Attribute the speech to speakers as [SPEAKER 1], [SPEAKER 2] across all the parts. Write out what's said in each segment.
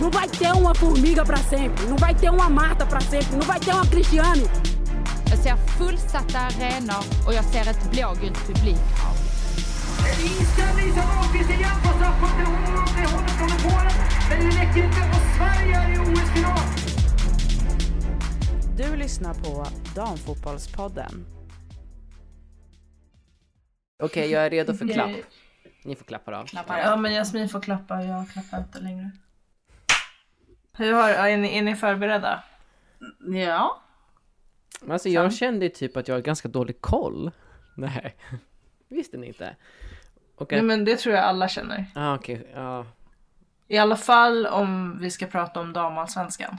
[SPEAKER 1] Não vai ter uma formiga para sempre, não vai ter uma Marta para sempre, não vai ter uma Cristiane.
[SPEAKER 2] Jag ser fullsatta arenor och jag ser ett blågult publikhav.
[SPEAKER 3] Inställning som Ahlqvist igen på straffpunkten. Hon håller från Polen, men det räcker inte. Och Sverige är i OS-final.
[SPEAKER 4] Du lyssnar på Damfotbollspodden.
[SPEAKER 5] Okej, jag är redo för klapp. Ni får klappa av.
[SPEAKER 6] Ja men Jasmin får klappa, jag klappar inte längre. Hur har, är, ni, är ni förberedda?
[SPEAKER 7] Ja.
[SPEAKER 5] Alltså jag kände ju typ att jag har ganska dålig koll. Nej, visste ni inte? Och
[SPEAKER 6] Nej
[SPEAKER 5] att,
[SPEAKER 6] men det tror jag alla känner.
[SPEAKER 5] ah, okej, ja.
[SPEAKER 6] I alla fall om vi ska prata om damallsvenskan.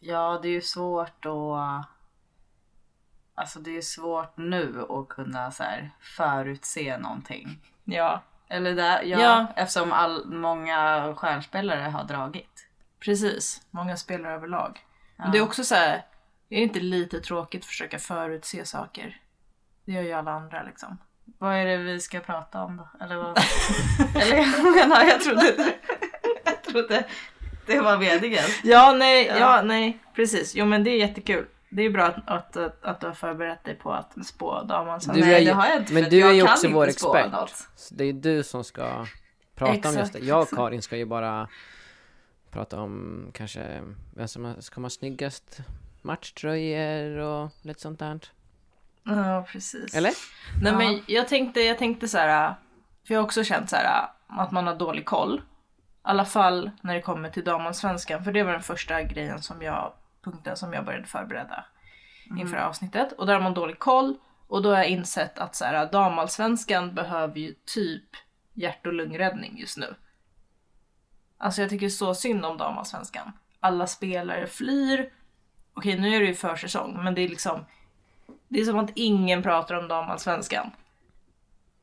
[SPEAKER 7] Ja, det är ju svårt att... Alltså det är ju svårt nu att kunna så här, förutse någonting.
[SPEAKER 6] Ja,
[SPEAKER 7] Eller där, ja,
[SPEAKER 6] Ja.
[SPEAKER 7] eftersom all, många stjärnspelare har dragit.
[SPEAKER 6] precis. Många spelare överlag. Men det är också så här, det är inte lite tråkigt att försöka förutse saker? Det gör ju alla andra liksom.
[SPEAKER 7] Vad är det vi ska prata om då? Eller vad? Eller jag menar, jag trodde, jag trodde det var meningen.
[SPEAKER 6] Ja, nej, ja. nej, precis. Jo men det är jättekul. Det är bra att, att, att, att du har förberett dig på att spå damallsvenskan.
[SPEAKER 5] Du
[SPEAKER 7] Nej,
[SPEAKER 5] är ju-
[SPEAKER 7] det har jag inte.
[SPEAKER 5] men
[SPEAKER 7] för
[SPEAKER 5] du
[SPEAKER 7] jag
[SPEAKER 5] är ju
[SPEAKER 7] kan
[SPEAKER 5] också
[SPEAKER 7] inte
[SPEAKER 5] vår
[SPEAKER 7] spå
[SPEAKER 5] expert.
[SPEAKER 7] något.
[SPEAKER 5] Så det är du som ska prata om just det.
[SPEAKER 6] Exakt,
[SPEAKER 5] Jag och Karin ska ju bara prata om kanske vem som har- ska ha snyggast matchtröjor och lite sånt där.
[SPEAKER 6] Ja, precis.
[SPEAKER 5] Eller?
[SPEAKER 6] Nej men jag tänkte, jag tänkte så här. För jag har också känt så här att man har dålig koll. I alla fall när det kommer till damallsvenskan. För det var den första grejen som jag, punkten som jag började förbereda inför avsnittet. Och där har man dålig koll. Och då har jag insett att så här, damallsvenskan behöver ju typ hjärt och lungräddning just nu. Alltså jag tycker så synd om damallsvenskan. Alla spelare flyr. Okej nu är det ju försäsong men det är liksom det är som att ingen pratar om damallsvenskan.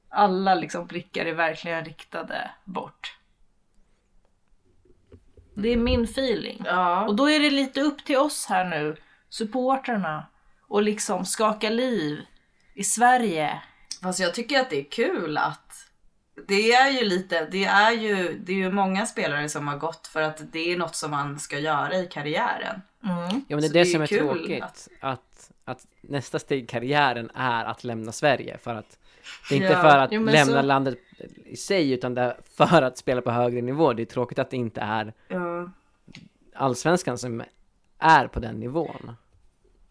[SPEAKER 6] Alla liksom blickar är verkligen riktade bort. Det är min feeling.
[SPEAKER 7] Ja.
[SPEAKER 6] Och då är det lite upp till oss här nu, supporterna, och liksom skaka liv i Sverige.
[SPEAKER 7] Fast jag tycker att det är kul att det är ju lite, det är ju, det är ju många spelare som har gått för att det är något som man ska göra i karriären.
[SPEAKER 6] Mm.
[SPEAKER 5] Ja men det är
[SPEAKER 7] Så
[SPEAKER 5] det,
[SPEAKER 7] det är
[SPEAKER 5] som är
[SPEAKER 7] kul
[SPEAKER 5] tråkigt. Att...
[SPEAKER 7] att-
[SPEAKER 5] Att, nästa steg i karriären är att lämna Sverige. För att det är inte
[SPEAKER 7] Ja,
[SPEAKER 5] för att
[SPEAKER 6] jo, men
[SPEAKER 5] lämna
[SPEAKER 6] så-
[SPEAKER 5] landet i sig utan det är för att spela på högre nivå. Det är tråkigt att det inte är allsvenskan som är på den nivån.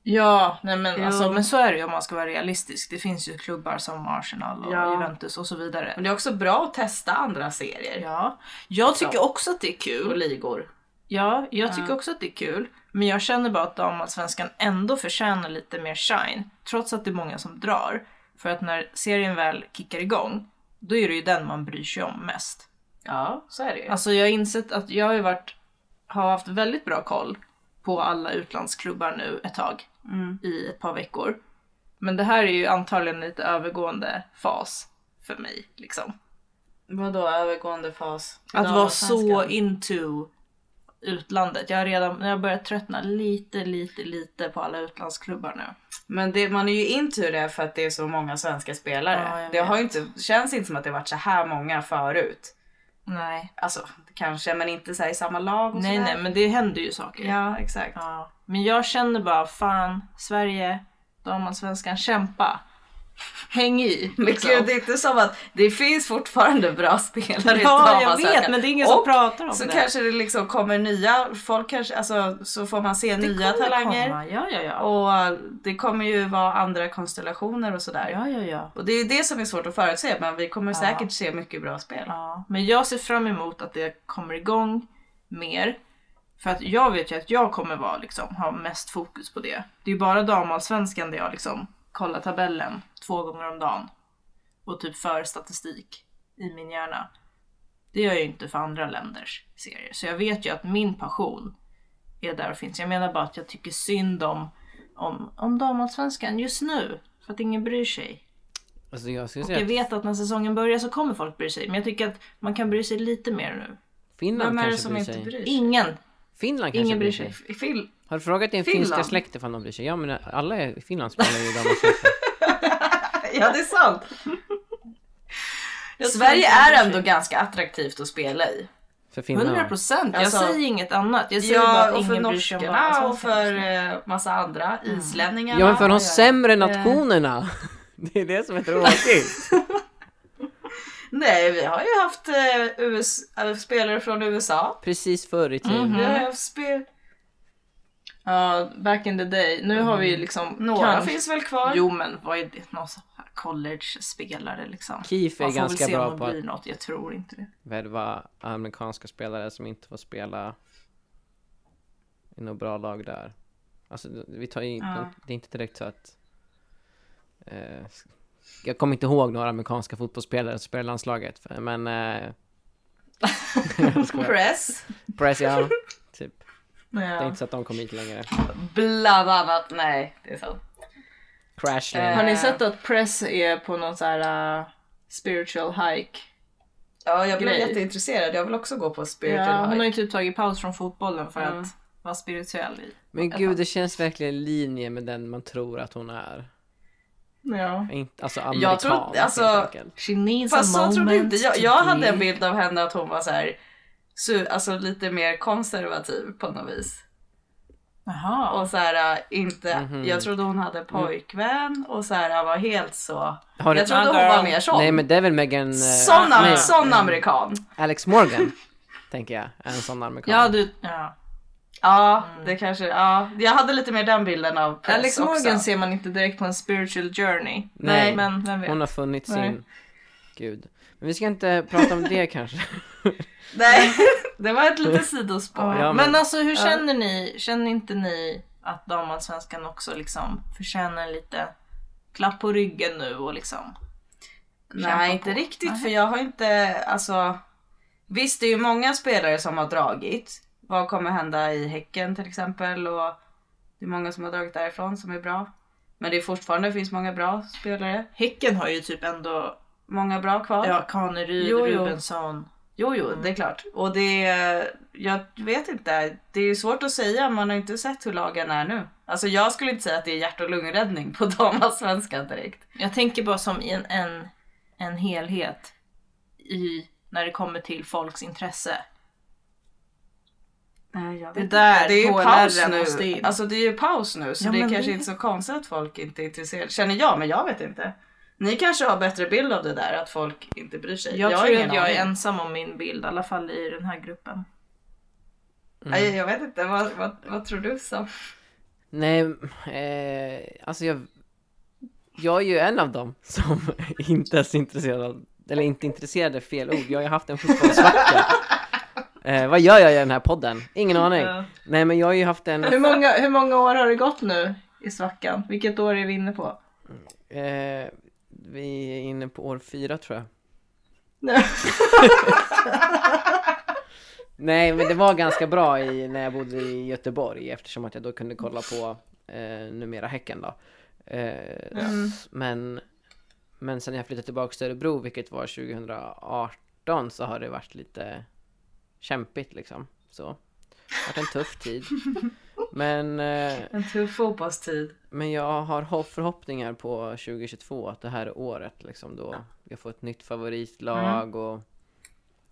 [SPEAKER 6] Ja, nej men, alltså, men så är det ju om man ska vara realistisk. Det finns ju klubbar som Arsenal och
[SPEAKER 7] Ja.
[SPEAKER 6] Juventus och så vidare.
[SPEAKER 7] Men det är också bra att testa andra serier
[SPEAKER 6] Ja, jag tycker också att det är kul.
[SPEAKER 7] och ligor.
[SPEAKER 6] Ja, jag tycker också att det är kul. Men jag känner bara att damallsvenskan ändå förtjänar lite mer shine. Trots att det är många som drar. För att när serien väl kickar igång, då är det ju den man bryr sig om mest.
[SPEAKER 7] Ja, så är det ju.
[SPEAKER 6] Alltså jag har insett att jag har ju varit, har haft väldigt bra koll på alla utlandsklubbar nu ett tag. I ett par veckor. Men det här är ju antagligen lite övergående fas för mig liksom.
[SPEAKER 7] Vadå övergående fas? till
[SPEAKER 6] Att vara så
[SPEAKER 7] damallsvenskan?
[SPEAKER 6] into utlandet. Jag har redan jag har börjat tröttna lite, lite, lite på alla utlandsklubbar nu.
[SPEAKER 7] Men det, man är ju into det för att det är så många svenska
[SPEAKER 6] Ja,
[SPEAKER 7] spelare.
[SPEAKER 6] jag
[SPEAKER 7] det har ju inte, känns inte som att det har varit så här många förut.
[SPEAKER 6] Nej.
[SPEAKER 7] Alltså kanske, men inte så här i samma lag och
[SPEAKER 6] Nej,
[SPEAKER 7] sådär.
[SPEAKER 6] nej, men det händer ju saker.
[SPEAKER 7] Ja, exakt.
[SPEAKER 6] Ja. Men jag känner bara, fan, Sverige, damallsvenskan, kämpa. Häng i.
[SPEAKER 7] Men
[SPEAKER 6] Liksom.
[SPEAKER 7] gud, det är inte som att det finns fortfarande bra spelare i
[SPEAKER 6] Ja, jag
[SPEAKER 7] damallsvenskan.
[SPEAKER 6] vet, men det är ingen som
[SPEAKER 7] Och
[SPEAKER 6] pratar om
[SPEAKER 7] så
[SPEAKER 6] det.
[SPEAKER 7] kanske det liksom kommer nya, folk kanske, alltså så får man se
[SPEAKER 6] Det
[SPEAKER 7] nya
[SPEAKER 6] kommer
[SPEAKER 7] talanger.
[SPEAKER 6] komma. Ja, ja, ja.
[SPEAKER 7] Och det kommer ju vara andra konstellationer och sådär.
[SPEAKER 6] ja, ja, ja.
[SPEAKER 7] Och det är ju det som är svårt att förutse, men vi kommer säkert se mycket bra spel.
[SPEAKER 6] Ja, men jag ser fram emot att det kommer igång mer. För att jag vet ju att jag kommer vara, liksom, ha mest fokus på det. Det är ju bara damallsvenskan där jag liksom kollar tabellen två gånger om dagen. Och typ för statistik i min hjärna. Det gör jag ju inte för andra länders serier. Så jag vet ju att min passion är där och finns. Jag menar bara att jag tycker synd om, om, om damallsvenskan just nu. För att ingen bryr sig.
[SPEAKER 5] Alltså jag skulle
[SPEAKER 6] Och
[SPEAKER 5] säga
[SPEAKER 6] jag
[SPEAKER 5] att
[SPEAKER 6] vet att när säsongen börjar så kommer folk bry sig, men jag tycker att man kan bry sig lite mer nu.
[SPEAKER 5] Finland
[SPEAKER 7] Vem är det
[SPEAKER 5] kanske
[SPEAKER 7] som
[SPEAKER 5] bryr
[SPEAKER 7] inte
[SPEAKER 5] sig.
[SPEAKER 7] bryr sig?
[SPEAKER 6] Ingen!
[SPEAKER 5] Finland kanske
[SPEAKER 6] Ingen
[SPEAKER 5] bryr
[SPEAKER 6] bryr
[SPEAKER 5] sig.
[SPEAKER 6] sig.
[SPEAKER 7] Fil-
[SPEAKER 5] Har du frågat din
[SPEAKER 7] Finland?
[SPEAKER 5] finska släkt ifall de bryr sig? Ja men eh, alla i Finland spelar ju damallsvenskan.
[SPEAKER 7] Ja, det är sant. Sverige är ändå ganska attraktivt att spela i.
[SPEAKER 5] För finnarna?
[SPEAKER 6] 100 procent. Jag
[SPEAKER 7] Alltså-
[SPEAKER 6] säger inget annat. Jag säger bara
[SPEAKER 7] Ja,
[SPEAKER 6] att
[SPEAKER 7] och för
[SPEAKER 6] ingen bryr sig om
[SPEAKER 7] norskarna
[SPEAKER 6] vad alltså,
[SPEAKER 7] och för eh, massa andra.
[SPEAKER 6] Mm.
[SPEAKER 7] Islänningarna.
[SPEAKER 5] Ja men för de
[SPEAKER 7] och-
[SPEAKER 5] sämre
[SPEAKER 7] Eh,
[SPEAKER 5] nationerna! Det är det som är tråkigt!
[SPEAKER 7] Nej, vi har ju haft eh, US, eh, spelare från USA.
[SPEAKER 5] Precis förr i tiden.
[SPEAKER 6] Mm.
[SPEAKER 7] Vi har haft spel...
[SPEAKER 6] Ja, back in the day. Nu har vi ju liksom...
[SPEAKER 7] Mm. Några
[SPEAKER 6] kanske-
[SPEAKER 7] finns väl kvar?
[SPEAKER 6] Jo men vad är det? Någon sån här college-spelare liksom.
[SPEAKER 5] Keefe Mm-hmm. är
[SPEAKER 6] Man får väl
[SPEAKER 5] ganska
[SPEAKER 6] se om
[SPEAKER 5] bra
[SPEAKER 6] de
[SPEAKER 5] på att
[SPEAKER 6] blir något. Jag tror inte det.
[SPEAKER 5] värva amerikanska spelare som inte får spela i något bra lag där. Alltså, vi tar in,
[SPEAKER 7] Ja.
[SPEAKER 5] det är inte direkt så att... Eh, jag kommer inte ihåg några amerikanska fotbollsspelare som spelar i landslaget, för- men... Eh, jag skojar.
[SPEAKER 7] Press.
[SPEAKER 5] Press, ja. Typ. Det är
[SPEAKER 6] Ja.
[SPEAKER 5] inte så att de kom hit längre.
[SPEAKER 7] Bland annat. Nej, det är sant.
[SPEAKER 5] Crash
[SPEAKER 7] Eh,
[SPEAKER 5] lane.
[SPEAKER 6] Har ni sett att Press är på någon sån här uh, spiritual hike?
[SPEAKER 7] Ja, jag blev
[SPEAKER 6] Grej.
[SPEAKER 7] jätteintresserad. Jag vill också gå på Spiritual
[SPEAKER 6] Ja, hon har
[SPEAKER 7] Hike.
[SPEAKER 6] ju typ tagit paus från fotbollen för att vara spirituell. I.
[SPEAKER 5] Men gud, det känns verkligen i linje med den man tror att hon är.
[SPEAKER 6] Ja.
[SPEAKER 5] Inte, alltså
[SPEAKER 7] tror-
[SPEAKER 5] amerikan, jag tror,
[SPEAKER 7] alltså-
[SPEAKER 5] helt enkelt.
[SPEAKER 6] She needs
[SPEAKER 7] Fast
[SPEAKER 6] a
[SPEAKER 7] så
[SPEAKER 6] moment
[SPEAKER 7] trodde inte jag. Jag
[SPEAKER 6] to
[SPEAKER 7] hade en
[SPEAKER 6] be-
[SPEAKER 7] bild av henne att hon var så här, su- alltså lite mer konservativ på något vis.
[SPEAKER 6] Jaha.
[SPEAKER 7] Och så här, äh, inte,
[SPEAKER 5] Mhm.
[SPEAKER 7] jag trodde hon hade pojkvän och så här var helt så.
[SPEAKER 5] Har
[SPEAKER 7] Jag
[SPEAKER 5] du,
[SPEAKER 7] trodde hon
[SPEAKER 6] girl.
[SPEAKER 7] var mer sån.
[SPEAKER 5] nej men det är väl Megan... eh,
[SPEAKER 7] sån, am-
[SPEAKER 5] nej,
[SPEAKER 7] sån
[SPEAKER 5] eh,
[SPEAKER 7] amerikan.
[SPEAKER 5] Alex Morgan, tänker jag. En sån amerikan.
[SPEAKER 6] Ja, du, ja.
[SPEAKER 7] Ja, det kanske, ja. Jag hade lite mer den bilden av Press
[SPEAKER 6] Alex
[SPEAKER 7] också.
[SPEAKER 6] Morgan ser man inte direkt på en spiritual journey.
[SPEAKER 5] Nej.
[SPEAKER 6] Men vem vet.
[SPEAKER 5] Hon har funnit sin
[SPEAKER 6] Nej.
[SPEAKER 5] gud. Men vi ska inte prata om det kanske.
[SPEAKER 7] Nej, det var ett litet sidospår.
[SPEAKER 5] Ja,
[SPEAKER 6] men...
[SPEAKER 5] men-
[SPEAKER 6] alltså hur känner ni? Känner inte ni att damansvenskan också liksom förtjänar lite klapp på ryggen nu och liksom?
[SPEAKER 7] Nej, inte riktigt för jag har inte, alltså. Visst, det är ju många spelare som har dragit. Vad kommer hända i Häcken till exempel? Och det är många som har dragit därifrån som är bra. Men det är fortfarande finns många bra spelare.
[SPEAKER 6] Häcken har ju typ ändå,
[SPEAKER 7] Många bra kvar.
[SPEAKER 6] ja Kaneryd,
[SPEAKER 7] Jo, jo.
[SPEAKER 6] Rubensson. Mm.
[SPEAKER 7] Jo, jo, det är klart. Och det, jag vet inte. Det är ju svårt att säga. Man har inte sett hur lagen är nu. Alltså jag skulle inte säga att det är hjärt och lungräddning på damallsvenskan direkt.
[SPEAKER 6] Jag tänker bara som i en, en, en helhet i när det kommer till folks intresse.
[SPEAKER 7] Nej, jag vet
[SPEAKER 6] Det
[SPEAKER 7] inte.
[SPEAKER 6] där
[SPEAKER 7] det är ju
[SPEAKER 6] KLR
[SPEAKER 7] paus
[SPEAKER 6] måste
[SPEAKER 7] nu.
[SPEAKER 6] in.
[SPEAKER 7] Alltså det är ju paus nu så
[SPEAKER 6] Ja,
[SPEAKER 7] det är
[SPEAKER 6] men
[SPEAKER 7] kanske
[SPEAKER 6] det-
[SPEAKER 7] inte så konstigt att folk inte är intresserade. Känner jag, men jag vet inte. Ni kanske har bättre bild av det där att folk inte bryr sig.
[SPEAKER 6] Jag,
[SPEAKER 7] har
[SPEAKER 6] tror
[SPEAKER 7] ingen
[SPEAKER 6] att jag är
[SPEAKER 7] aning.
[SPEAKER 6] ensam om min bild, i alla fall i den här gruppen.
[SPEAKER 7] Nej, jag vet inte. Vad, vad, vad tror du Sam?
[SPEAKER 5] Nej, eh, alltså jag... Jag är ju en av dem som inte är så intresserad av... Eller inte intresserad är fel ord. Jag har ju haft en fotbollssvacka. Eh, vad gör jag i den här podden? Ingen aning.
[SPEAKER 6] Ja.
[SPEAKER 5] Nej men jag har ju haft en...
[SPEAKER 6] Hur många, hur många år har det gått nu i svackan? Vilket år är vi inne på?
[SPEAKER 5] Eh, vi är inne på år fyra tror jag.
[SPEAKER 6] Nej.
[SPEAKER 5] Nej men det var ganska bra i, när jag bodde i Göteborg eftersom att jag då kunde kolla på eh, numera Häcken då. Eh, s- Men, men sen jag flyttade tillbaka till Örebro vilket var 2018 så har det varit lite kämpigt liksom. Så. Det har varit en tuff tid. Men, eh,
[SPEAKER 7] En tuff fotbollstid.
[SPEAKER 5] men jag har hopp- förhoppningar på 2022 att det här är året liksom då jag får ett nytt favoritlag
[SPEAKER 6] Mm.
[SPEAKER 5] och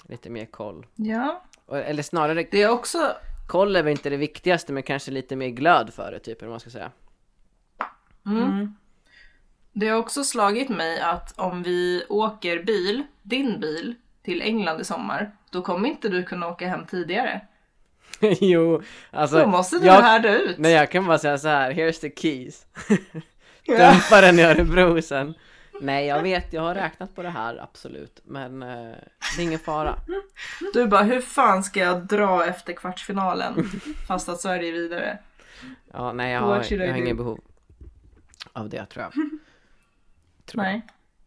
[SPEAKER 5] lite mer koll.
[SPEAKER 6] Ja.
[SPEAKER 5] Och- Eller snarare
[SPEAKER 6] Det är också
[SPEAKER 5] Koll är väl inte det viktigaste men kanske lite mer glöd för det typ eller vad man ska säga. Mm.
[SPEAKER 6] Mm. Det har också slagit mig att om vi åker bil, din bil, till England i sommar, då kommer inte du kunna åka hem tidigare.
[SPEAKER 5] jo, alltså.
[SPEAKER 6] Då måste du
[SPEAKER 5] jag,
[SPEAKER 6] härda ut.
[SPEAKER 5] Nej jag kan bara säga så här, here's the keys. Dämpa den i Örebro sen. Nej jag vet, jag har räknat på det här absolut men eh, det är ingen fara.
[SPEAKER 6] Du bara, hur fan ska jag dra efter kvartsfinalen fast att Sverige är vidare?
[SPEAKER 5] Ja nej jag
[SPEAKER 6] What
[SPEAKER 5] har,
[SPEAKER 6] should I
[SPEAKER 5] jag har
[SPEAKER 6] do?
[SPEAKER 5] ingen behov av det tror jag. Tror jag.
[SPEAKER 6] Nej.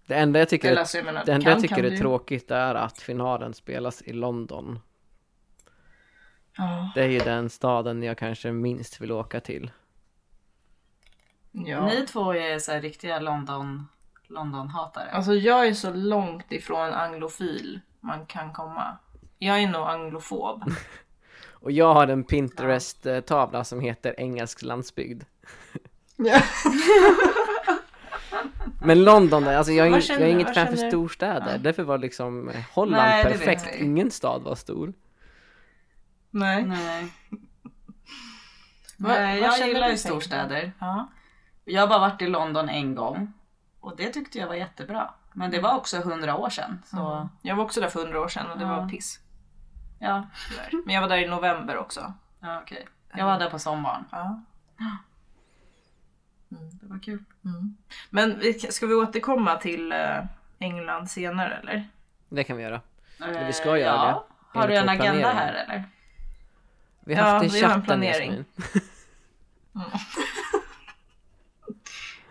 [SPEAKER 5] Det enda jag tycker,
[SPEAKER 6] Eller alltså, jag menar,
[SPEAKER 5] det enda
[SPEAKER 6] kan,
[SPEAKER 5] jag tycker
[SPEAKER 6] kan
[SPEAKER 5] är
[SPEAKER 6] du.
[SPEAKER 5] tråkigt är att finalen spelas i London.
[SPEAKER 6] Ja.
[SPEAKER 5] Det är ju den staden jag kanske minst vill åka till.
[SPEAKER 6] Ja.
[SPEAKER 7] Ni två är så här riktiga London, London-hatare.
[SPEAKER 6] Alltså jag är så långt ifrån anglofil man kan komma. Jag är nog anglofob.
[SPEAKER 5] Och jag har en Pinterest-tavla som heter Engelsk landsbygd. Men London, där, alltså jag är,
[SPEAKER 6] Vad
[SPEAKER 5] ing- jag
[SPEAKER 6] känner
[SPEAKER 5] är
[SPEAKER 6] du?
[SPEAKER 5] inget
[SPEAKER 6] Vad
[SPEAKER 5] fan för
[SPEAKER 6] känner du?
[SPEAKER 5] storstäder. Därför var liksom Holland
[SPEAKER 7] Nej, det vet
[SPEAKER 5] perfekt.
[SPEAKER 7] vi.
[SPEAKER 5] Ingen stad var stor.
[SPEAKER 6] Nej.
[SPEAKER 7] Nej.
[SPEAKER 6] Vad-
[SPEAKER 7] Nej,
[SPEAKER 6] vad
[SPEAKER 7] jag
[SPEAKER 6] känner
[SPEAKER 7] gillar
[SPEAKER 6] du
[SPEAKER 7] ju
[SPEAKER 6] för?
[SPEAKER 7] storstäder.
[SPEAKER 6] Ja.
[SPEAKER 7] Jag har bara varit i London en gång och det tyckte jag var jättebra. Men
[SPEAKER 5] Mm.
[SPEAKER 7] det var också hundra år sedan. Så
[SPEAKER 6] Mm. Jag var också där för hundra år sedan och det
[SPEAKER 7] Ja.
[SPEAKER 6] var piss.
[SPEAKER 7] ja,
[SPEAKER 6] Tyvärr. Men jag var där i november också.
[SPEAKER 7] ja okej. Jag var där på sommaren.
[SPEAKER 6] Ja.
[SPEAKER 7] Det var kul.
[SPEAKER 6] Mm. Men vi- ska vi återkomma till eh, England senare eller?
[SPEAKER 5] Det kan vi göra.
[SPEAKER 7] Eh,
[SPEAKER 5] vi ska göra
[SPEAKER 7] ja.
[SPEAKER 5] det.
[SPEAKER 7] Har du
[SPEAKER 5] Enligt
[SPEAKER 7] en
[SPEAKER 5] vår
[SPEAKER 7] agenda
[SPEAKER 5] planering.
[SPEAKER 7] här eller?
[SPEAKER 5] Vi har haft
[SPEAKER 6] Ja,
[SPEAKER 5] det i
[SPEAKER 6] vi har en
[SPEAKER 5] chatten
[SPEAKER 6] planering.
[SPEAKER 5] Jasmin.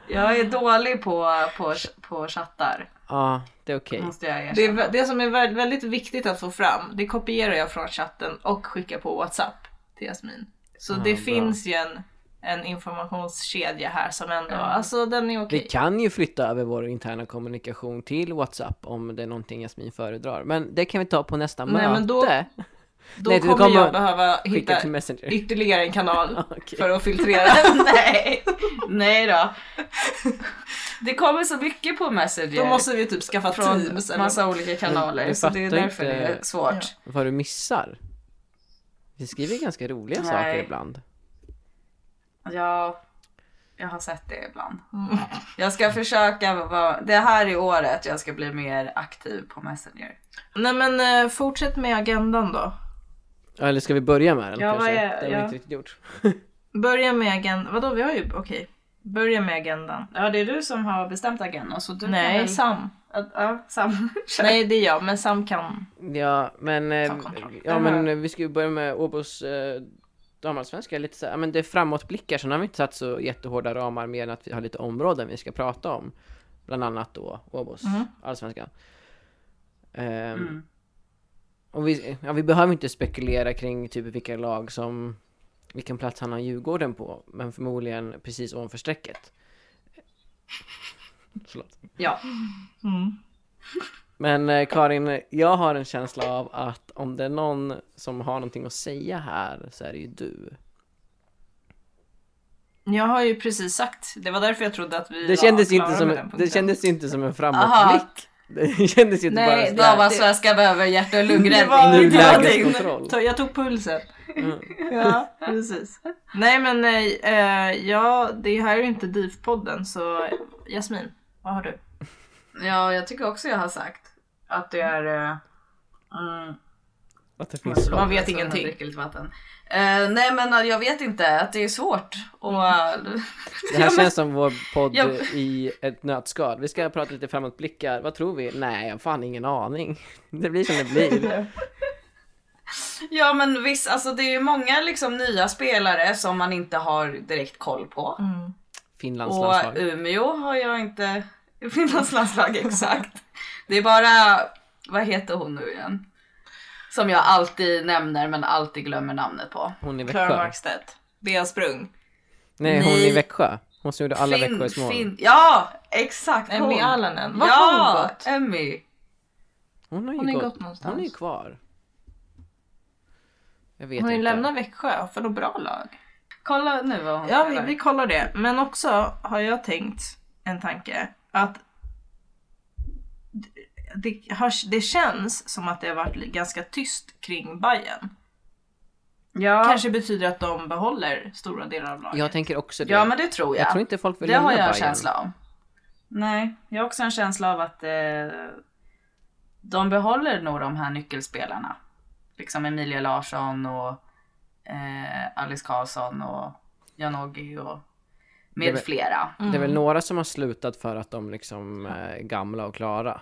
[SPEAKER 7] Jag är dålig på, på, på chattar.
[SPEAKER 5] Ja, det är okej.
[SPEAKER 7] Måste jag erkänna.
[SPEAKER 6] Det, är vä- det som är vä- väldigt viktigt att få fram, det kopierar jag från chatten och skickar på WhatsApp till Jasmin. Så
[SPEAKER 5] Ja,
[SPEAKER 6] det
[SPEAKER 5] Ah, bra.
[SPEAKER 6] finns ju en, en informationskedja här som ändå, alltså den är
[SPEAKER 5] Vi
[SPEAKER 6] okej.
[SPEAKER 5] kan ju flytta över vår interna kommunikation till WhatsApp om det är någonting Jasmin föredrar. Men det kan vi ta på nästa
[SPEAKER 6] Nej,
[SPEAKER 5] möte.
[SPEAKER 6] men då- Då
[SPEAKER 5] Nej, du
[SPEAKER 6] kommer,
[SPEAKER 5] kommer
[SPEAKER 6] jag behöva
[SPEAKER 5] Skicka
[SPEAKER 6] hitta
[SPEAKER 5] till Messenger.
[SPEAKER 6] ytterligare en kanal
[SPEAKER 5] Okej.
[SPEAKER 6] för att filtrera.
[SPEAKER 7] Nej. Nej då. Det kommer så mycket på Messenger.
[SPEAKER 6] Då måste vi typ skaffa
[SPEAKER 7] från
[SPEAKER 6] Teams eller
[SPEAKER 7] massa olika kanaler.
[SPEAKER 5] du
[SPEAKER 7] Så det är
[SPEAKER 5] fattar
[SPEAKER 7] därför
[SPEAKER 5] inte-
[SPEAKER 7] det är svårt.
[SPEAKER 5] Vad du missar. Vi skriver ganska roliga
[SPEAKER 7] Nej.
[SPEAKER 5] saker ibland.
[SPEAKER 7] Ja. jag har sett det ibland. Jag ska försöka vara... Det här är året jag ska bli mer aktiv på Messenger.
[SPEAKER 6] Nej men eh, fortsätt med agendan då.
[SPEAKER 5] Ja, Eller ska vi börja med den
[SPEAKER 6] Ja,
[SPEAKER 5] kanske?
[SPEAKER 6] vad är-
[SPEAKER 5] det har vi
[SPEAKER 6] ja.
[SPEAKER 5] inte riktigt gjort.
[SPEAKER 6] Börja med agendan, vadå vi har ju, okej. Börja med agendan.
[SPEAKER 7] Ja, det är du som har bestämt agendan så du
[SPEAKER 6] Nej,
[SPEAKER 7] kan
[SPEAKER 6] Sam.
[SPEAKER 7] väl... Ja, Sam. Nej.
[SPEAKER 6] Nej det är jag, men Sam kan.
[SPEAKER 5] Ja, men, eh,
[SPEAKER 6] Ta kontroll.
[SPEAKER 5] ja, men eh, vi ska ju börja med Åbos eh, damallsvenska. Lite så här, ja, men det är framåtblickar, sen har vi inte satt så jättehårda ramar mer än att vi har lite områden vi ska prata om. Bland annat då Åbos allsvenskan. Ehm,
[SPEAKER 7] Mm.
[SPEAKER 5] Och vi, ja, vi behöver inte spekulera kring typ vilka lag som vilken plats han har Djurgården på, men förmodligen precis ovanför strecket. Förlåt.
[SPEAKER 7] Ja. Mm.
[SPEAKER 5] Men eh, Karin, jag har en känsla av att om det är någon som har någonting att säga här så är det ju du.
[SPEAKER 6] Jag har ju precis sagt, det var därför jag trodde att vi
[SPEAKER 5] Det kändes,
[SPEAKER 6] var
[SPEAKER 5] ju
[SPEAKER 6] klara
[SPEAKER 5] inte som,
[SPEAKER 6] med den punkten.
[SPEAKER 5] det kändes ju inte som en
[SPEAKER 7] Aha.
[SPEAKER 5] framåtblick. Det kändes ju inte
[SPEAKER 6] Nej,
[SPEAKER 5] bara sådär.
[SPEAKER 7] Damallsvenska behöver hjärt och
[SPEAKER 6] Det var-
[SPEAKER 7] lungräddning.
[SPEAKER 5] Nu
[SPEAKER 6] det var
[SPEAKER 5] lägeskontroll.
[SPEAKER 6] Ta- Jag tog pulsen.
[SPEAKER 5] Mm.
[SPEAKER 6] Ja, precis. Nej men nej, eh, ja, det här är ju inte DIF-podden så eh, Jasmin, vad har du?
[SPEAKER 7] Ja, jag tycker också jag har sagt att det är... eh, mm,
[SPEAKER 5] Att det finns
[SPEAKER 6] Man vet
[SPEAKER 7] Alltså,
[SPEAKER 6] ingenting.
[SPEAKER 7] jag dricker lite vatten. Eh, nej men eh, jag vet inte, att det är svårt. Och, eh,
[SPEAKER 5] Det här känns som vår podd
[SPEAKER 7] Ja.
[SPEAKER 5] i ett nötskal. Vi ska prata lite framåtblickar. Vad tror vi? Nej, jag har fan ingen aning. Det blir som det blir.
[SPEAKER 7] ja men visst, alltså, det är ju många liksom, nya spelare som man inte har direkt koll på.
[SPEAKER 6] Mm.
[SPEAKER 5] Finlands
[SPEAKER 7] Och
[SPEAKER 6] eh,
[SPEAKER 5] landslag.
[SPEAKER 7] Umeå har jag inte... Finlands landslag exakt. Det är bara, vad heter hon nu igen? Som jag alltid nämner men alltid glömmer namnet på.
[SPEAKER 5] Hon i
[SPEAKER 6] Clara
[SPEAKER 5] Växjö.
[SPEAKER 6] Markstedt. Bea Sprung.
[SPEAKER 5] Nej, hon i
[SPEAKER 7] Nej.
[SPEAKER 5] Växjö. Hon som gjorde alla
[SPEAKER 7] Finn-
[SPEAKER 5] Växjös mål.
[SPEAKER 7] Finn- Ja, exakt hon.
[SPEAKER 6] Emmy Allanen. Vart har hon
[SPEAKER 7] Ja,
[SPEAKER 6] gått?
[SPEAKER 7] Emmy.
[SPEAKER 5] Hon har
[SPEAKER 6] Hon
[SPEAKER 5] ju
[SPEAKER 6] har
[SPEAKER 5] gått.
[SPEAKER 6] gått någonstans.
[SPEAKER 5] Hon är ju kvar. Jag vet
[SPEAKER 6] Hon har ju
[SPEAKER 5] inte.
[SPEAKER 6] lämnat Växjö för något bra lag.
[SPEAKER 7] Kolla nu vad hon
[SPEAKER 6] Ja, vi,
[SPEAKER 7] spelar.
[SPEAKER 6] vi kollar det. Men också har jag tänkt en tanke att det, det, har, det känns som att det har varit ganska tyst kring Bayern.
[SPEAKER 7] Ja.
[SPEAKER 6] Kanske betyder att de behåller stora delar av laget.
[SPEAKER 5] Jag tänker också det.
[SPEAKER 7] ja, men det tror jag.
[SPEAKER 5] Jag tror inte folk vill
[SPEAKER 7] det har
[SPEAKER 5] lämna
[SPEAKER 7] jag en
[SPEAKER 5] Bayern.
[SPEAKER 7] känsla av. Nej, jag har också en känsla av att eh, de behåller nog de här nyckelspelarna. Liksom Emilia Larsson och eh, Alice Karlsson och Janogy och
[SPEAKER 5] Det är
[SPEAKER 7] med
[SPEAKER 5] väl-
[SPEAKER 7] flera.
[SPEAKER 6] Mm.
[SPEAKER 5] Det är väl några som har slutat för att de liksom är gamla och klara.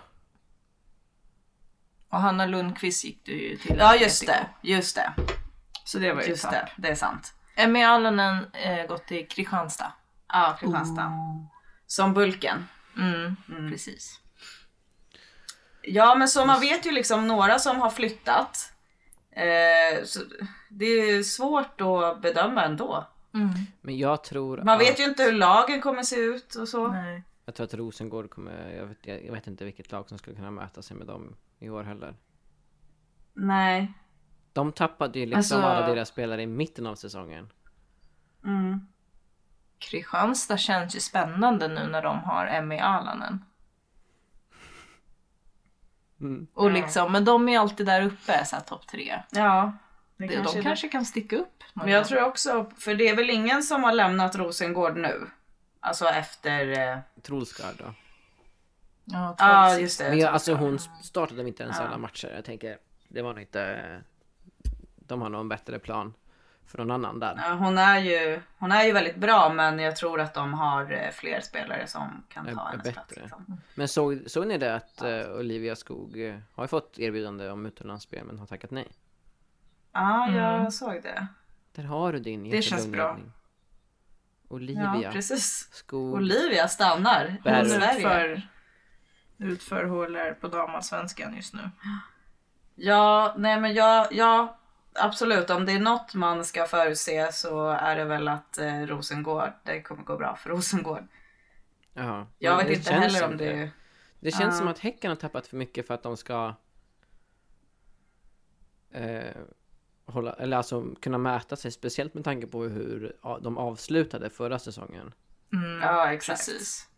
[SPEAKER 6] Och Hanna Lundqvist gick du ju till.
[SPEAKER 7] Ja, just
[SPEAKER 6] Atletico.
[SPEAKER 7] det. Just det.
[SPEAKER 6] Så det var ju
[SPEAKER 7] Just det. Det är sant.
[SPEAKER 6] Emmy Allanen eh, gått till Kristianstad.
[SPEAKER 7] Ja, Kristianstad.
[SPEAKER 6] Oh.
[SPEAKER 7] Som Bulken.
[SPEAKER 6] Mm, Precis.
[SPEAKER 7] Ja men så man vet ju liksom några som har flyttat. Eh, så det är svårt att bedöma ändå. Mm.
[SPEAKER 5] Men jag tror
[SPEAKER 7] Man
[SPEAKER 5] att...
[SPEAKER 7] vet ju inte hur lagen kommer se ut och så.
[SPEAKER 6] Nej.
[SPEAKER 5] Jag tror att Rosengård kommer, jag vet, jag vet inte vilket lag som skulle kunna mäta sig med dem i år heller.
[SPEAKER 7] Nej.
[SPEAKER 5] De tappade ju liksom
[SPEAKER 6] Alltså-
[SPEAKER 5] alla deras spelare i mitten av säsongen.
[SPEAKER 7] Mm.
[SPEAKER 6] Kristianstad känns ju spännande nu när de har Emmy Alanen.
[SPEAKER 5] Mm.
[SPEAKER 6] Och liksom, men de är alltid där uppe, så här topp tre.
[SPEAKER 7] Ja.
[SPEAKER 6] Det,
[SPEAKER 7] Det kanske
[SPEAKER 6] de
[SPEAKER 7] är
[SPEAKER 6] kanske kan sticka upp. någon
[SPEAKER 7] Men jag
[SPEAKER 6] gång.
[SPEAKER 7] tror också, för det är väl ingen som har lämnat Rosengård nu? Alltså efter... eh,
[SPEAKER 5] Trolsgard då.
[SPEAKER 6] Ja,
[SPEAKER 7] Ja,
[SPEAKER 6] ah,
[SPEAKER 7] just det.
[SPEAKER 5] Men
[SPEAKER 7] jag
[SPEAKER 5] jag,
[SPEAKER 7] tror
[SPEAKER 5] alltså
[SPEAKER 7] så.
[SPEAKER 5] hon startade väl inte ens
[SPEAKER 7] Ja.
[SPEAKER 5] alla matcher. Jag tänker, det var nog inte... De har nog en bättre plan för någon annan där.
[SPEAKER 7] Ja, hon, är ju, hon är ju väldigt bra men jag tror att de har eh, fler spelare som kan
[SPEAKER 5] Är-
[SPEAKER 7] ta
[SPEAKER 5] är
[SPEAKER 7] hennes plats.
[SPEAKER 5] bättre.
[SPEAKER 7] Liksom.
[SPEAKER 5] Men såg, såg ni det att eh, Olivia Skog eh, har ju fått erbjudande om utomlandsspel men har tackat nej?
[SPEAKER 7] Ja, jag såg det.
[SPEAKER 5] Där har du din
[SPEAKER 6] Det känns
[SPEAKER 5] jättelugna
[SPEAKER 6] bra.
[SPEAKER 5] ledning.
[SPEAKER 7] Ja,
[SPEAKER 5] Olivia
[SPEAKER 7] precis.
[SPEAKER 5] Skog.
[SPEAKER 7] Olivia stannar
[SPEAKER 5] Bär
[SPEAKER 7] i
[SPEAKER 5] upp.
[SPEAKER 7] Sverige.
[SPEAKER 6] Utför, utför HLR på damallsvenskan just nu.
[SPEAKER 7] Ja, nej men jag, ja, absolut. Om det är något man ska förutse så är det väl att eh, Rosengård, det kommer gå bra för Rosengård.
[SPEAKER 5] Jaha. Men
[SPEAKER 7] Jag vet
[SPEAKER 5] det
[SPEAKER 7] inte
[SPEAKER 5] känns
[SPEAKER 7] heller
[SPEAKER 5] som
[SPEAKER 7] om det är...
[SPEAKER 5] Det känns
[SPEAKER 7] Ja.
[SPEAKER 5] som att Häcken har tappat för mycket för att de ska eh, hålla, eller alltså kunna mäta sig speciellt med tanke på hur a- de avslutade förra säsongen.
[SPEAKER 6] Mm,
[SPEAKER 7] Ja, exakt.
[SPEAKER 6] Precis.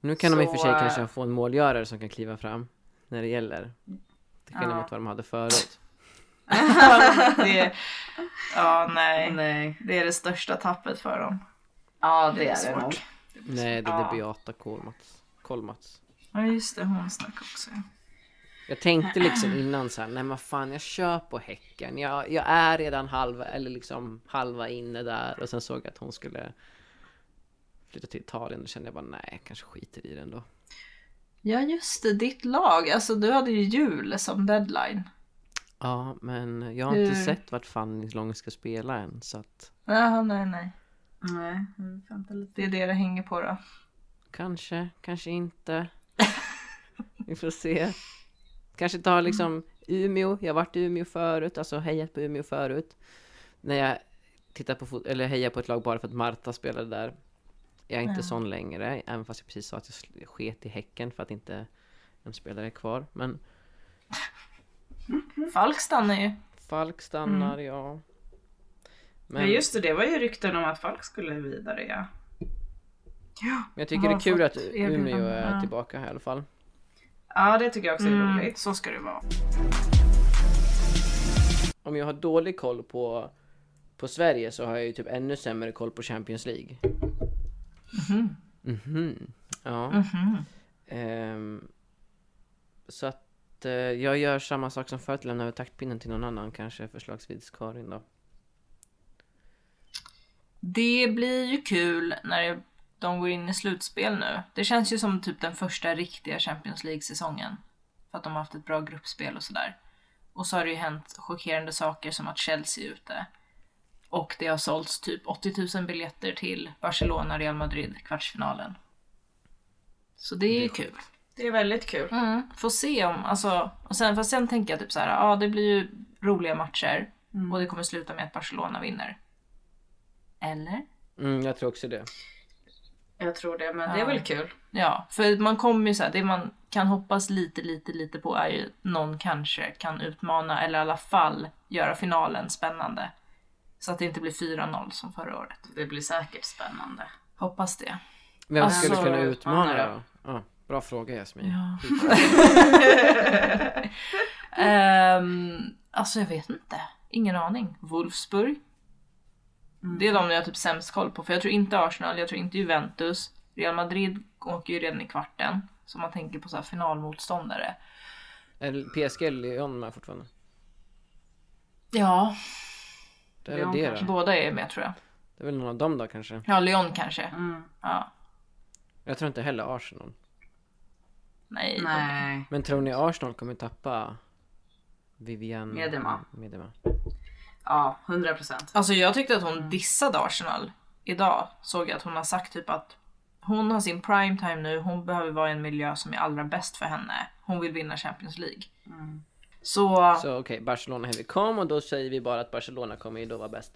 [SPEAKER 5] Nu kan de i och för sig
[SPEAKER 7] Så, eh,
[SPEAKER 5] kanske få en målgörare som kan kliva fram när det gäller. Till skillnad
[SPEAKER 7] Ja.
[SPEAKER 5] mot vad de hade förut.
[SPEAKER 7] det,
[SPEAKER 6] Ja, nej.
[SPEAKER 7] nej.
[SPEAKER 6] Det är det största tappet för dem.
[SPEAKER 7] eh, Ja, det är det
[SPEAKER 6] svårt.
[SPEAKER 7] nog.
[SPEAKER 5] Nej, det är
[SPEAKER 6] Ja.
[SPEAKER 5] Beata Kolmats. Kolmats.
[SPEAKER 6] Ja, just det. Hon snackade också. ja.
[SPEAKER 5] Jag tänkte liksom innan så här, nej men fan jag kör på Häcken. Jag, jag är redan halva, eller liksom halva inne där. Och sen såg jag att hon skulle flytta till Italien. Då kände jag bara, nej jag kanske skiter i det ändå.
[SPEAKER 6] Ja, just det. Ditt lag. Alltså, du hade ju jul som deadline.
[SPEAKER 5] Ja, men jag har inte
[SPEAKER 6] Hur?
[SPEAKER 5] sett vart Fanny Lång ska spela än. Så att
[SPEAKER 6] Jaha, nej, nej.
[SPEAKER 7] Nej, vi väntar lite.
[SPEAKER 6] Det är det det hänger på då.
[SPEAKER 5] kanske, kanske inte. Vi får se. Kanske ta liksom Umeå. Jag har varit i Umeå förut, alltså hejat på Umeå förut. När jag tittar på fot- eller hejar på ett lag bara för att Marta spelade där. Jag är inte sån längre, även fast jag precis sa att jag sl- sket i Häcken för att inte en spelare är kvar. Men
[SPEAKER 6] Falk stannar ju.
[SPEAKER 5] Falk stannar,
[SPEAKER 6] Mm.
[SPEAKER 5] ja. Men
[SPEAKER 7] Ja just det, det var ju rykten om att Falk skulle vidare ja.
[SPEAKER 5] men jag tycker det
[SPEAKER 6] har
[SPEAKER 5] är kul
[SPEAKER 6] fått
[SPEAKER 5] att
[SPEAKER 6] erbjudande,
[SPEAKER 5] Umeå är
[SPEAKER 6] ja.
[SPEAKER 5] tillbaka här i alla fall.
[SPEAKER 7] Ja det tycker jag också är roligt.
[SPEAKER 6] Mm. Så ska det vara.
[SPEAKER 5] om jag har dålig koll på, på Sverige så har jag ju typ ännu sämre koll på Champions League. Mhm. Ja. Ehm, så att eh, jag gör samma sak som förut, lämnar över taktpinnen till någon annan kanske, förslagsvis Karin då.
[SPEAKER 6] Det blir ju kul när det- de går in i slutspel nu. Det känns ju som typ den första riktiga Champions League-säsongen. För att de har haft ett bra gruppspel och sådär. Och så har det ju hänt chockerande saker som att Chelsea är ute. Och det har sålts typ 80 000 biljetter till Barcelona och Real Madrid kvartsfinalen. Så det är ju kul.
[SPEAKER 7] Det är väldigt kul.
[SPEAKER 6] Mm, får se om, alltså, och sen, fast sen tänker jag typ så här, ja det blir ju roliga matcher och det kommer sluta med att Barcelona vinner. Eller?
[SPEAKER 5] Mm, jag tror också det.
[SPEAKER 7] Jag tror det, men det är väl kul.
[SPEAKER 6] Ja, för man kommer ju så här, det man kan hoppas lite, lite, lite på är ju att någon kanske kan utmana eller i alla fall göra finalen spännande. Så att det inte blir 4-0 som förra året.
[SPEAKER 7] Det blir säkert spännande.
[SPEAKER 6] Hoppas det.
[SPEAKER 5] Vem
[SPEAKER 6] Alltså,
[SPEAKER 5] skulle kunna utmana
[SPEAKER 7] Anna
[SPEAKER 5] då? Ja, bra fråga Jasmin.
[SPEAKER 6] Ehm, alltså jag vet inte. Ingen aning. Wolfsburg. Det är de jag har typ sämst koll på. För jag tror inte Arsenal, jag tror inte Juventus. Real Madrid åker ju redan i kvarten. Så man tänker på så här finalmotståndare.
[SPEAKER 5] Eller PSG eller Lyon med fortfarande?
[SPEAKER 6] Ja,
[SPEAKER 5] Det är, väl det,
[SPEAKER 7] Mm.
[SPEAKER 5] då.
[SPEAKER 6] båda är med tror jag.
[SPEAKER 5] det är väl någon av dem då kanske?
[SPEAKER 6] Ja, Lyon kanske.
[SPEAKER 7] Mm,
[SPEAKER 6] Ja.
[SPEAKER 5] Jag tror inte heller Arsenal.
[SPEAKER 6] Nej. de-
[SPEAKER 7] Nej.
[SPEAKER 5] Men tror ni Arsenal kommer tappa Vivian
[SPEAKER 7] Miedema.
[SPEAKER 5] Miedema?
[SPEAKER 7] Ja, 100 procent.
[SPEAKER 6] Alltså jag tyckte att
[SPEAKER 7] Mm.
[SPEAKER 6] hon dissade Arsenal idag. Såg jag att hon har sagt typ att hon har sin prime time nu, hon behöver vara i en miljö som är allra bäst för henne. Hon vill vinna Champions League.
[SPEAKER 7] Mm.
[SPEAKER 6] Så,
[SPEAKER 5] Så okej, Barcelona Henry kom och då säger vi bara att Barcelona kommer ju då vara bäst.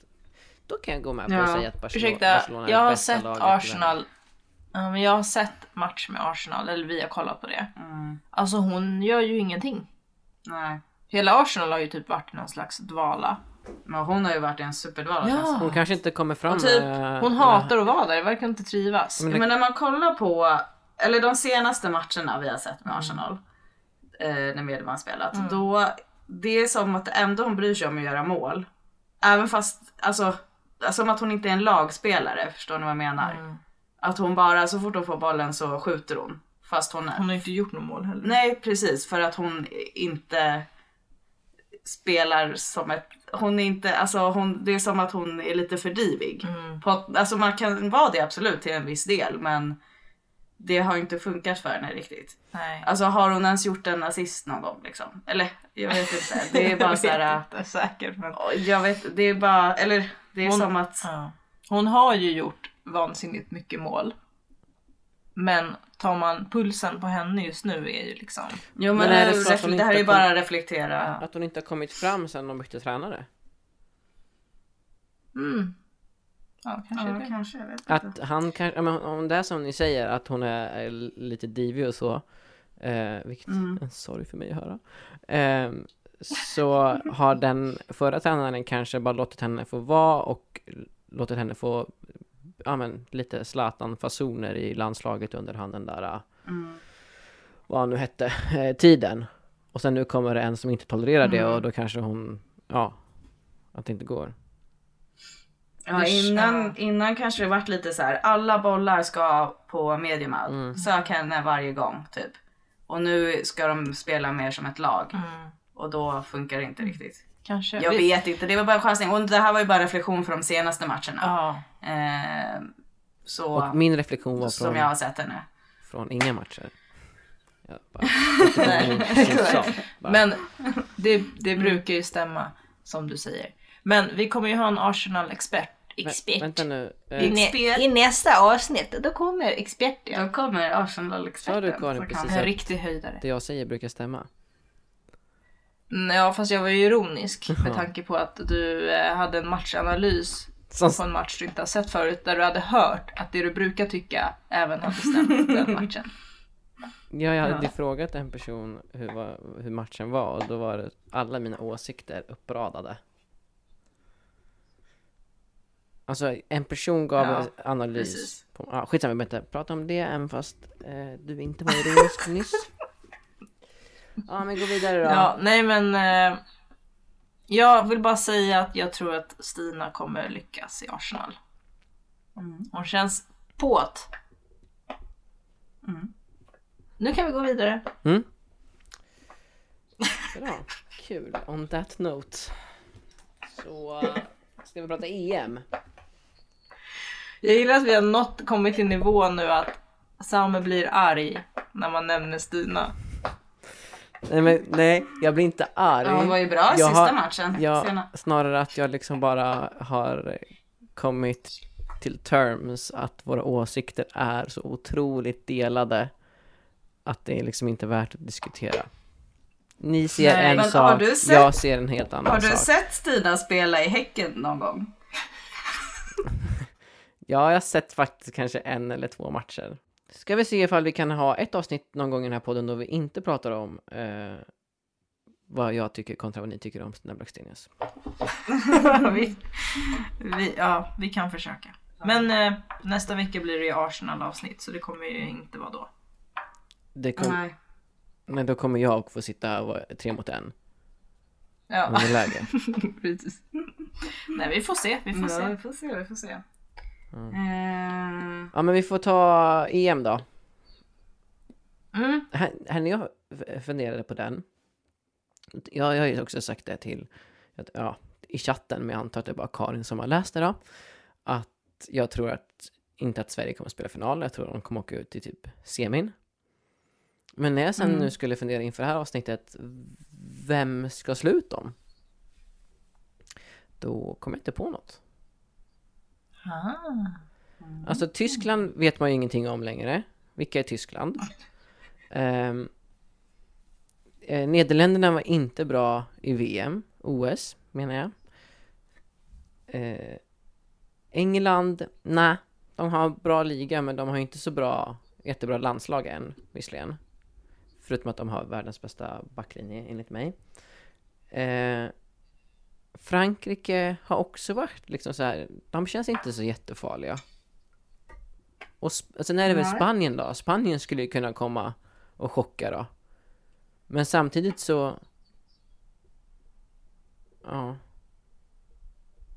[SPEAKER 5] Då kan jag gå med på att
[SPEAKER 7] Ja,
[SPEAKER 5] säga att Barcelona,
[SPEAKER 6] ursäkta,
[SPEAKER 5] Barcelona är
[SPEAKER 6] jag har
[SPEAKER 5] bästa
[SPEAKER 6] sett
[SPEAKER 5] laget i världen.
[SPEAKER 6] Arsenal. Ja, men jag har sett match med Arsenal, eller vi har kollat på det.
[SPEAKER 7] Mm.
[SPEAKER 6] Alltså hon gör ju ingenting.
[SPEAKER 7] Nej.
[SPEAKER 6] Hela Arsenal har ju typ varit i någon slags dvala.
[SPEAKER 7] Men hon har ju varit i en superdvala känns det.
[SPEAKER 5] Hon kanske inte kommer fram eh,
[SPEAKER 7] typ,
[SPEAKER 5] med-
[SPEAKER 6] Hon
[SPEAKER 5] med-
[SPEAKER 6] hatar att vara där, verkar inte trivas.
[SPEAKER 5] Men-
[SPEAKER 7] Men när Alltså, man kollar på, eller de senaste matcherna vi har sett med Arsenal, eh, när Medeman spelat, då det är som att ändå hon bryr sig om att göra mål. Även fast, alltså, som att hon inte är en lagspelare, förstår ni vad jag menar? Att hon bara, så fort hon får bollen så skjuter hon. Fast hon är...
[SPEAKER 6] Hon har inte gjort något mål heller.
[SPEAKER 7] Nej precis, för att hon inte spelar som ett... Hon är inte, alltså hon, det är som att hon är lite fördrivig. På, att- alltså man kan vara det absolut till en viss del men det har inte funkat för henne riktigt.
[SPEAKER 6] Nej.
[SPEAKER 7] Alltså har hon ens gjort en assist någon gång liksom? Eller jag vet inte. Det är bara så
[SPEAKER 6] Jag
[SPEAKER 7] här.
[SPEAKER 6] vet inte säkert men.
[SPEAKER 7] Jag vet, det är bara, eller det är
[SPEAKER 6] Hon-
[SPEAKER 7] som att...
[SPEAKER 6] Ja. Hon har ju gjort vansinnigt mycket mål. Men tar man pulsen på henne just nu är ju liksom...
[SPEAKER 7] Jo men,
[SPEAKER 5] Men är det
[SPEAKER 7] det,
[SPEAKER 5] så att hon
[SPEAKER 7] här är ju
[SPEAKER 5] inte
[SPEAKER 7] bara
[SPEAKER 5] kom-
[SPEAKER 7] reflektera.
[SPEAKER 5] Att hon inte har kommit fram sen de bytte tränare.
[SPEAKER 6] Mm. Ja, kanske det.
[SPEAKER 7] kanske, jag vet
[SPEAKER 5] Att han kanske, ja, men om det är som ni säger att hon är eh, lite divig och så. Eh, vilket
[SPEAKER 7] Mm.
[SPEAKER 5] är en sorg för mig att höra. Eh, så har den förra tränaren kanske bara låtit henne få vara och låtit henne få ja, men, lite Zlatan-fasoner i landslaget under han den där eh,
[SPEAKER 7] Mm.
[SPEAKER 5] vad han nu hette, eh, tiden. Och sen nu kommer det en som inte tolererar det
[SPEAKER 7] Mm.
[SPEAKER 5] och då kanske hon, ja, att det inte går.
[SPEAKER 7] Ja, innan, innan kanske det varit lite så här. alla bollar ska på mediumall.
[SPEAKER 5] Mm.
[SPEAKER 7] Sök henne varje gång typ. Och nu ska de spela mer som ett lag.
[SPEAKER 6] Mm.
[SPEAKER 7] Och då funkar det inte riktigt.
[SPEAKER 6] Kanske.
[SPEAKER 7] Jag vet inte, det var bara en chansning. Och det här var ju bara en reflektion från de senaste matcherna.
[SPEAKER 6] Ja.
[SPEAKER 7] Eh,
[SPEAKER 5] Och
[SPEAKER 7] så,
[SPEAKER 5] min reflektion var
[SPEAKER 7] som
[SPEAKER 5] från,
[SPEAKER 7] jag har sett henne.
[SPEAKER 5] från inga matcher. Jag bara, Nej, sa, bara.
[SPEAKER 6] Men det, det brukar ju stämma som du säger. Men vi kommer ju ha en Arsenal-expert.
[SPEAKER 5] Vä- Vänta nu.
[SPEAKER 6] I,
[SPEAKER 5] Eh,
[SPEAKER 6] nä- I nästa avsnitt, då kommer experten.
[SPEAKER 7] Då kommer
[SPEAKER 5] sa du
[SPEAKER 7] Arsenal-experten.
[SPEAKER 5] Karin
[SPEAKER 7] så kan-
[SPEAKER 5] precis
[SPEAKER 6] En
[SPEAKER 5] att
[SPEAKER 6] riktig höjdare.
[SPEAKER 5] det jag säger brukar stämma?
[SPEAKER 6] Mm, Ja fast jag var ju ironisk med tanke på att du eh, hade en matchanalys
[SPEAKER 5] Som-
[SPEAKER 6] på en match du inte har sett förut där du hade hört att det du brukar tycka även hade stämt den matchen.
[SPEAKER 5] Ja, jag hade frågat en person hur, var, hur matchen var och då var det alla mina åsikter uppradade. Alltså en person gav
[SPEAKER 7] Ja,
[SPEAKER 5] en analys.
[SPEAKER 7] precis.
[SPEAKER 5] På, ah, skitsamma, vi behöver inte prata om det även fast eh, du inte var ironisk nyss. Ja, men gå vidare då.
[SPEAKER 6] Ja, nej men eh, jag vill bara säga att jag tror att Stina kommer lyckas i Arsenal.
[SPEAKER 7] Mm.
[SPEAKER 6] Hon känns på't.
[SPEAKER 7] Mm.
[SPEAKER 6] Nu kan vi gå vidare.
[SPEAKER 5] Bra, kul. On that note. Så eh, ska vi prata E EM?
[SPEAKER 6] Jag gillar att vi har nått, kommit till nivån nu att Samer blir arg när man nämner Stina.
[SPEAKER 5] Nej, men, nej jag blir inte arg.
[SPEAKER 7] Ja, hon var ju bra i
[SPEAKER 5] Mm. Jag
[SPEAKER 7] sista
[SPEAKER 5] har-
[SPEAKER 7] matchen.
[SPEAKER 5] jag-
[SPEAKER 7] Sena-
[SPEAKER 5] snarare att jag liksom bara har kommit till terms att våra åsikter är så otroligt delade att det är liksom inte värt att diskutera. Ni ser
[SPEAKER 7] Nej, men
[SPEAKER 5] en
[SPEAKER 7] har
[SPEAKER 5] sak,
[SPEAKER 7] du sett-
[SPEAKER 5] jag ser en helt annan
[SPEAKER 7] Har du
[SPEAKER 5] sak.
[SPEAKER 7] sett Stina spela i Häcken någon gång?
[SPEAKER 5] Ja, jag har sett faktiskt kanske en eller två matcher. Ska vi se ifall vi kan ha ett avsnitt någon gång i den här podden då vi inte pratar om eh, vad jag tycker kontra vad ni tycker om Stina Blackstenius.
[SPEAKER 6] vi, vi, ja, vi kan försöka. Men eh, nästa vecka blir det ju Arsenal-avsnitt så det kommer ju inte vara då.
[SPEAKER 5] Det kom,
[SPEAKER 7] Nej.
[SPEAKER 5] Men då kommer jag få sitta och vara tre mot en Mm.
[SPEAKER 6] Ja,
[SPEAKER 5] underläge.
[SPEAKER 6] precis. Nej, vi får se. Vi får
[SPEAKER 7] Ja,
[SPEAKER 6] se.
[SPEAKER 7] vi får se, vi får se. Eh,
[SPEAKER 5] Ja men vi får ta EM då.
[SPEAKER 6] Mm.
[SPEAKER 5] Här, här när jag f- funderade på den. Jag, jag har ju också sagt det till, att, ja, i chatten, men jag antar att det är bara Karin som har läst det då. Att jag tror att, inte att Sverige kommer att spela final, jag tror att de kommer att åka ut i typ semin. Men när jag sen nu skulle fundera inför det här avsnittet, vem ska slå ut dem? Då kom jag inte på något. Alltså Tyskland vet man ju ingenting om längre. Vilka är Tyskland? Ehm, eh, Nederländerna var inte bra i VM, OS menar jag. Eh, England, nej, de har bra liga men de har ju inte så bra, jättebra landslag än visserligen. Förutom att de har världens bästa backlinje enligt mig. Eh, Frankrike har också varit liksom så här, de känns inte så jättefarliga. Och sp- alltså, sen är det väl Spanien då, Spanien skulle ju kunna komma och chocka då. Men samtidigt så Ja.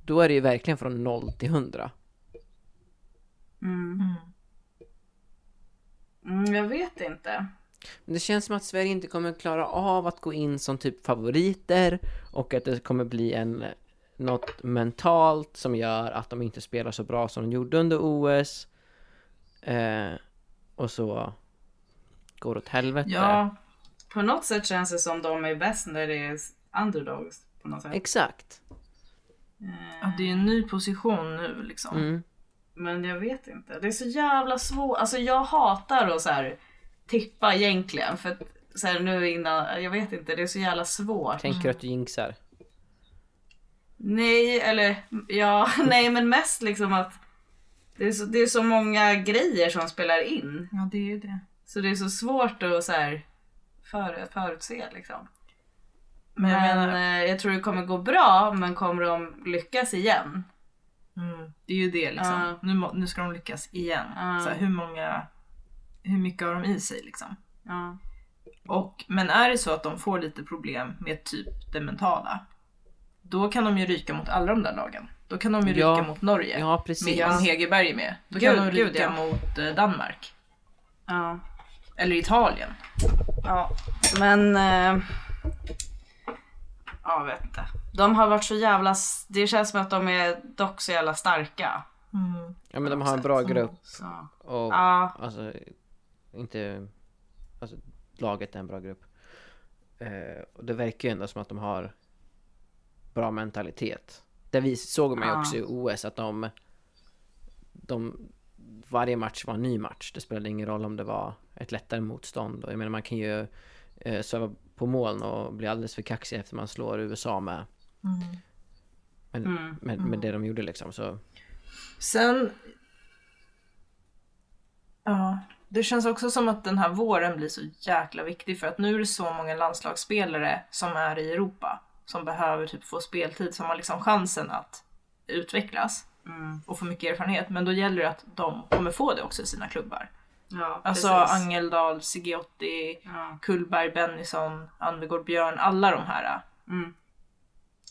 [SPEAKER 5] Då är det ju verkligen från 0 till 100.
[SPEAKER 7] Mm.
[SPEAKER 6] Mm.
[SPEAKER 7] Mm, jag vet inte.
[SPEAKER 5] Men det känns som att Sverige inte kommer klara av att gå in som typ favoriter och att det kommer bli en något mentalt som gör att de inte spelar så bra som de gjorde under OS. Eh, och så går åt helvete.
[SPEAKER 6] Ja,
[SPEAKER 7] På något sätt känns det som de är bäst när det är underdogs. På något sätt.
[SPEAKER 5] Exakt.
[SPEAKER 6] ja, det är ju en ny position nu liksom.
[SPEAKER 5] Mm.
[SPEAKER 7] Men jag vet inte. Det är så jävla svårt. Alltså jag hatar att så här, tippa egentligen. För att, så här, nu innan, jag vet inte, det är så jävla svårt.
[SPEAKER 5] Tänker att du jinxar.
[SPEAKER 7] Nej, eller ja, nej men mest liksom att det är, så, det är så många grejer som spelar in.
[SPEAKER 6] Ja, det är ju det.
[SPEAKER 7] Så det är så svårt att så här, för, förutse liksom.
[SPEAKER 6] Men jag
[SPEAKER 7] men
[SPEAKER 6] menar,
[SPEAKER 7] eh, jag tror det kommer gå bra, men kommer de lyckas igen?
[SPEAKER 6] mm, det är ju det liksom.
[SPEAKER 7] Ja.
[SPEAKER 6] Nu, må- nu ska de lyckas igen.
[SPEAKER 7] Ja.
[SPEAKER 6] Så här, hur många, hur mycket har de i sig liksom?
[SPEAKER 7] Ja.
[SPEAKER 6] Och, men är det så att de får lite problem med typ det mentala, då kan de ju ryka mot alla de där lagen. Då kan de ju ryka
[SPEAKER 5] Ja.
[SPEAKER 6] mot Norge,
[SPEAKER 5] Ja,
[SPEAKER 6] med
[SPEAKER 5] precis.
[SPEAKER 6] Jan Hegerberg är med. Då
[SPEAKER 7] Gud,
[SPEAKER 6] kan de ryka
[SPEAKER 7] gud, ja.
[SPEAKER 6] mot eh, Danmark,
[SPEAKER 7] ja.
[SPEAKER 6] eller Italien.
[SPEAKER 7] Ja, men... Eh, ja, vet inte. De har varit så jävla... s- Det känns som att de är dock så jävla starka.
[SPEAKER 5] Ja, men de har en bra grupp
[SPEAKER 7] Så.
[SPEAKER 5] och
[SPEAKER 7] Ja,
[SPEAKER 5] Alltså, inte... Alltså, laget är en bra grupp. Eh, och det verkar ju ändå som att de har bra mentalitet. Det vis- såg man ju
[SPEAKER 7] Ja.
[SPEAKER 5] också i OS att de, de... Varje match var en ny match. Det spelade ingen roll om det var ett lättare motstånd. Och jag menar, man kan ju eh, sväva på moln och bli alldeles för kaxig efter man slår USA med, med,
[SPEAKER 7] Mm,
[SPEAKER 5] med, med det de gjorde liksom. Så,
[SPEAKER 6] Sen... Ja. Det känns också som att den här våren blir så jäkla viktig för att nu är det så många landslagsspelare som är i Europa som behöver typ få speltid, som har liksom chansen att utvecklas och få mycket erfarenhet. Men då gäller det att de kommer få det också i sina klubbar.
[SPEAKER 7] ja
[SPEAKER 6] Alltså
[SPEAKER 7] precis.
[SPEAKER 6] Angeldal, Sigiotti,
[SPEAKER 7] Ja.
[SPEAKER 6] Kullberg, Bennison, Anvegård, Björn, alla de här.
[SPEAKER 7] Mm.